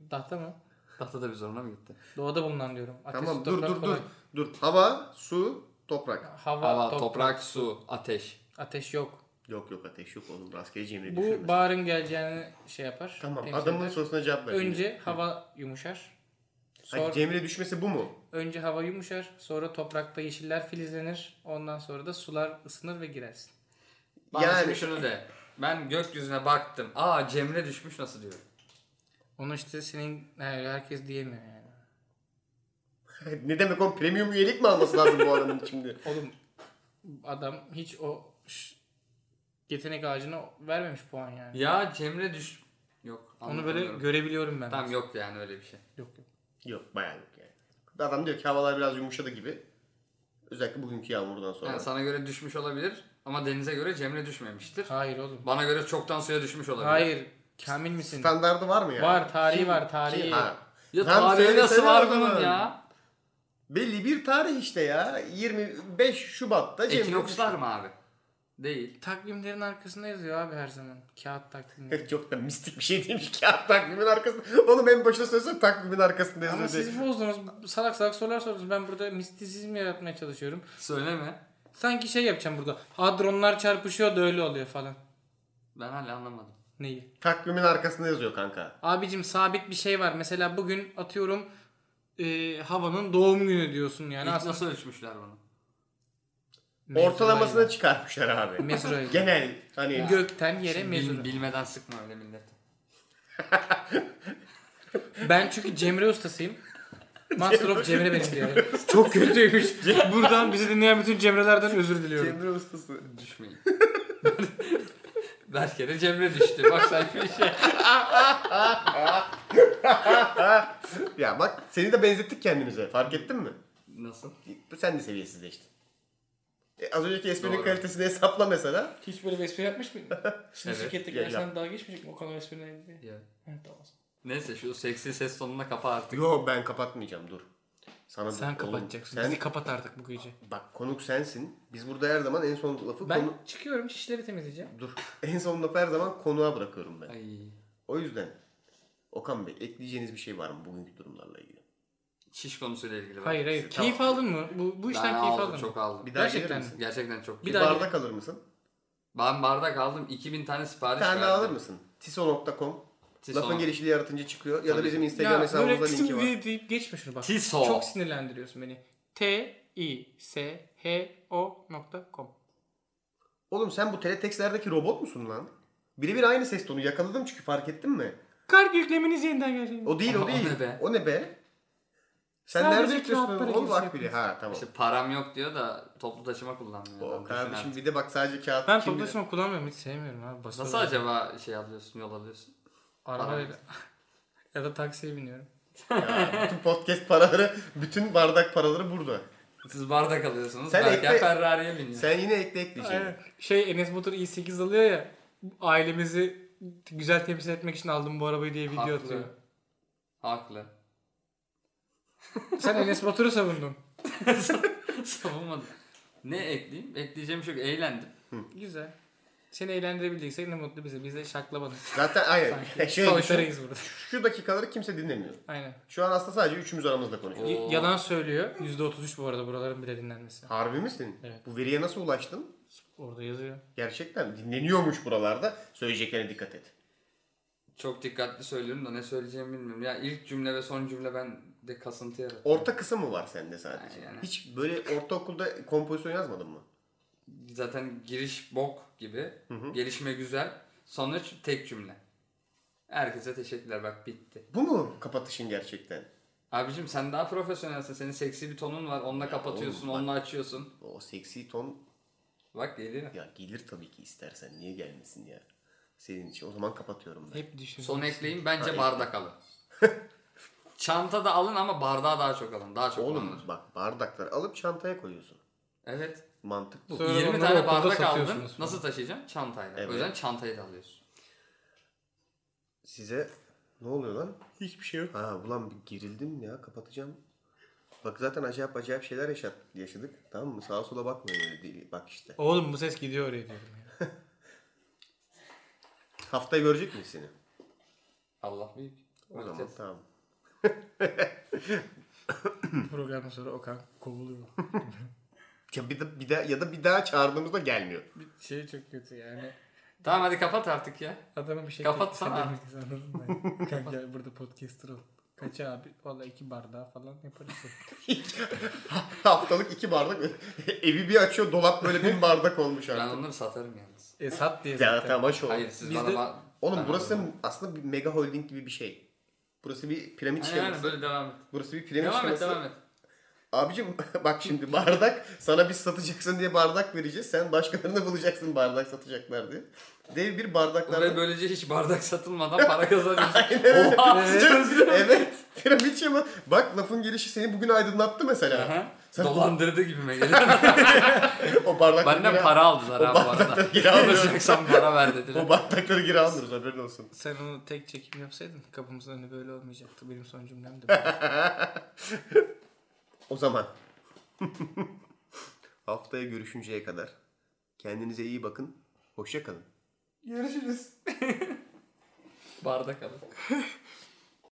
Tahta mı?
Tahtada bir zoruna mı gitti?
Doğada bulunan diyorum. Ateş,
Tamam
su,
dur
toprak,
dur dur.
kolay.
Dur. Hava, su, toprak.
Hava,
Hava,
toprak.
toprak, su, ateş.
Ateş yok.
Yok yok ateş yok oğlum. Rastgele Cemre
Bu
düşürmez.
baharın geleceğini şey yapar.
Tamam
temsil
adamın
eder.
sorusuna cevap ver.
Önce hava yumuşar.
Hayır,
Sonra
Cemre düşmesi bu mu?
önce hava yumuşar, sonra toprakta yeşiller filizlenir. Ondan sonra da sular ısınır ve girersin.
Bana
Yani-
şimdi şunu de. Ben gökyüzüne baktım. Aa Cemre düşmüş nasıl diyor.
Onu işte senin yani herkes diyemiyor yani.
ne demek oğlum premium üyelik mi alması lazım bu adamın şimdi?
Oğlum adam hiç o ş- yetenek ağacına vermemiş puan yani.
Ya Cemre düş... Yok.
Onu böyle
anlatamıyorum.
görebiliyorum ben.
Tamam yok yani öyle bir şey.
Yok yok.
(laughs) Yok bayağı yok yani. Adam diyor ki havalar biraz yumuşadı gibi. Özellikle bugünkü yağmurdan sonra.
Yani sana göre düşmüş olabilir ama denize göre Cemre düşmemiştir.
Hayır oğlum.
Bana göre çoktan suya düşmüş olabilir.
Hayır. Kamil misin?
Standardı var mı yani?
Var tarihi
Kim-
var tarihi.
Kim, ha.
Ya
Lan
tarihi
söylesene
nasıl
o
var bunun
zaman.
ya?
Belli bir tarih işte ya. 25 Şubat'ta Cemre- (laughs)
Ekinokslar mı abi? Değil.
Takvimlerin arkasında yazıyor abi her zaman. Kağıt takvimleri.
Çok da mistik bir şey değilmiş kağıt takvimin arkasında. Oğlum en başına söylesem takvimin arkasında
Ama
yazıyor diye.
siz bozdunuz. Salak salak sorular sordunuz. Ben burada mistisizm yaratmaya çalışıyorum.
Söyleme.
Sanki şey yapacağım burada. Hadronlar çarpışıyor da öyle oluyor falan.
Ben hala anlamadım.
Neyi?
Takvimin arkasında yazıyor kanka.
Abicim sabit bir şey var. Mesela bugün atıyorum e, havanın doğum günü diyorsun yani.
İlk
aslında
nasıl ölçmüşler bunu?
mezurayla.
Ortalamasına çıkartmışlar abi.
Mezurayla.
Genel hani
Gökten yere
Bil-
mezura.
bilmeden sıkma öyle millet.
Ben çünkü Cemre
(laughs)
ustasıyım. Master of Cemre benim diye. Çok kötüymüş.
(laughs)
Buradan bizi dinleyen bütün Cemrelerden özür diliyorum.
Cemre ustası.
Düşmeyin. (laughs) Berker'e Cemre düştü. Bak sen bir şey.
Ya bak seni de benzettik kendimize fark ettin mi?
Nasıl?
Sen de seviyesizleştin. E, az önceki esprinin
Doğru.
kalitesini hesapla mesela.
Hiç böyle bir espri yapmış mıydın? Şimdi
Evet.
şirkettekiler
Ya- ya.
sen daha geçmeyecek mi? O kadar espri neydi diye.
Ya.
Evet tamam.
Neyse şu seksi ses tonuna kapa artık.
Yo ben kapatmayacağım dur. Sana
Sen
dur, oğlum.
kapatacaksın.
Sen,
Bizi kapat artık bu gece.
bak konuk sensin. Biz burada her zaman en son lafı
Ben
konu...
çıkıyorum şişleri temizleyeceğim.
Dur. En son lafı her zaman konuğa bırakıyorum ben.
Ay.
O yüzden Okan Bey ekleyeceğiniz bir şey var mı bugünkü durumlarla ilgili?
Şiş konusuyla ilgili. bak.
Hayır hayır.
Tamam.
Keyif aldın mı? Bu, bu
Ben
işten keyif
aldım,
aldın
Çok
mı?
aldım.
Bir daha
Gerçekten
gelir
mi?
misin?
Gerçekten çok.
Bir
Bir
daha
bardak alır mısın?
Ben bardak aldım. 2000 tane
Bir
sipariş
tane
verdim.
daha alır mısın? Tiso.com
Tiso.
Lafın gelişiliği yaratınca çıkıyor. Ya da
Tabii.
bizim Instagram
Ya böyle
hesabımızda
kısım
linki var.
diye deyip geçme şunu bak.
Tiso.
Çok sinirlendiriyorsun beni. T i s h o nokta com.
Oğlum sen bu teletextlerdeki robot musun lan? Birebir aynı ses tonu yakaladım çünkü fark ettin mi?
Kart yüklemeniz yeniden gerçekleşti.
O değil o
O
değil.
ne be?
O ne be? Sen
Sadece
nerede
kağıt
yıkıyorsun?
para
Oğlum
girişi
bak bile. Ha tamam.
İşte param yok diyor da toplu taşıma kullanmıyor.
o
adam. Düşün
kardeşim
artık.
bir de bak sadece kağıt.
Ben
kim
toplu
bilir?
taşıma kullanmıyorum hiç sevmiyorum abi. Basılı
Nasıl
olarak.
acaba şey alıyorsun, yol alıyorsun?
Arabayla. (laughs) ya da taksiye biniyorum.
Ya, bütün podcast paraları, bütün bardak paraları burada.
Siz bardak alıyorsunuz.
Sen
Berker
ekle-
Ferrari'ye biniyor.
Sen yine ekle ekleyeceğini.
Aynen. Şey Enes Batur i8 alıyor ya. Ailemizi güzel temsil etmek için aldım bu arabayı diye video
Haklı.
atıyor.
Haklı. (laughs)
Sen Enes Batur'u savundun.
Savunmadım. Ne ekleyeyim? Ekleyeceğim şey yok. Eğlendim.
Güzel. Seni eğlendirebildiysek ne mutlu bize. Biz de şaklabanız.
Zaten aynen.
E,
(laughs) Şöyle düşün.
Soytarıyız burada.
Şu dakikaları kimse dinlemiyor.
Aynen.
Şu an aslında sadece üçümüz aramızda konuşuyoruz.
Y-
Oo.
Yalan söylüyor. %33 bu arada buraların bile dinlenmesi.
Harbi misin?
Evet.
Bu veriye nasıl ulaştın?
Orada yazıyor.
Gerçekten dinleniyormuş buralarda. Söyleyeceklerine dikkat et.
Çok dikkatli söylüyorum da ne söyleyeceğimi bilmiyorum. Ya ilk cümle ve son cümle ben de kasıntı yaratıyor.
Orta kısım mı var sende sadece?
Aynen.
Hiç böyle ortaokulda kompozisyon yazmadın mı?
Zaten giriş bok gibi. Gelişme güzel. Sonuç tek cümle. Herkese teşekkürler bak bitti.
Bu mu kapatışın gerçekten?
Abicim sen daha profesyonelsin. Senin seksi bir tonun var. Onunla kapatıyorsun,
oğlum bak-
onunla açıyorsun.
O seksi ton
Bak geliyor.
ya gelir tabii ki istersen. Niye gelmesin ya? Senin için. O zaman kapatıyorum ben.
Hep düşün.
Son ekleyin bence bardak
(laughs)
alın. Çanta da alın ama bardağı daha çok alın. Daha çok
Oğlum
alınır.
bak bardakları alıp çantaya koyuyorsun.
Evet.
Mantık bu.
Sonra
20
onları
tane
okulda
bardak aldın.
satıyorsunuz.
Nasıl taşıyacaksın? Çantayla.
Evet.
O yüzden çantayı da alıyorsun.
Size ne oluyor lan?
Hiçbir şey yok.
Ha ulan bir gerildim ya kapatacağım. Bak zaten acayip acayip şeyler yaşat, yaşadık. Tamam mı? Sağa sola bakmayın öyle değil. Bak işte.
Oğlum bu ses gidiyor oraya diyorum ya.
Haftaya görecek miyiz seni?
Allah büyük.
O zaman
Bakacağız.
tamam.
Programdan sonra Okan kovuluyor.
Ya bir, de, bir de, ya da bir daha çağırdığımızda gelmiyor.
(laughs) Bir şey çok kötü yani.
Tamam hadi kapat artık ya.
Adamı bir şey
Kapatsana.
teklif edemeyiz, anladın mı? (laughs) Kanka gel burada podcaster ol. Kaç abi? Valla iki bardağı falan (laughs) yaparız.
Haftalık iki bardak (laughs) evi bir açıyor dolap böyle bin bardak olmuş
Ben
artık.
onları satarım yalnız.
e sat diye
Ya
zaten.
tamam aç oğlum.
Hayır siz
Biz
bana...
de-
ba-
Oğlum
Ben
burası
alırım.
aslında bir mega holding gibi bir şey. Burası bir piramit
Aynen aynen
şeması.
böyle devam et.
Burası bir piramit
Devam et
şeması.
devam et.
Abicim (laughs) bak şimdi bardak sana biz satacaksın diye bardak vereceğiz. Sen başkalarına bulacaksın bardak satacaklar diye. Dev bir
Ve
bardaklarda...
böylece hiç bardak satılmadan para
(laughs)
kazanıyorsun.
Evet.
Oha!
evet. Piramit şema. Bak lafın gelişi seni bugün aydınlattı mesela.
Aha.
Sen
Dolandırdı gibime geliyor.
o bardakları
Benden
geri al.
para aldılar
O
abi bu arada.
bardakları geri almıyoruz.
Alacaksan para ver dediler.
O bardakları geri almıyoruz haberin olsun.
Sen onu tek çekim yapsaydın kapımızın önü böyle olmayacaktı. Benim son cümlem de bu.
O zaman. (laughs) Haftaya görüşünceye kadar. Kendinize iyi bakın. Hoşça kalın.
Bardak alın.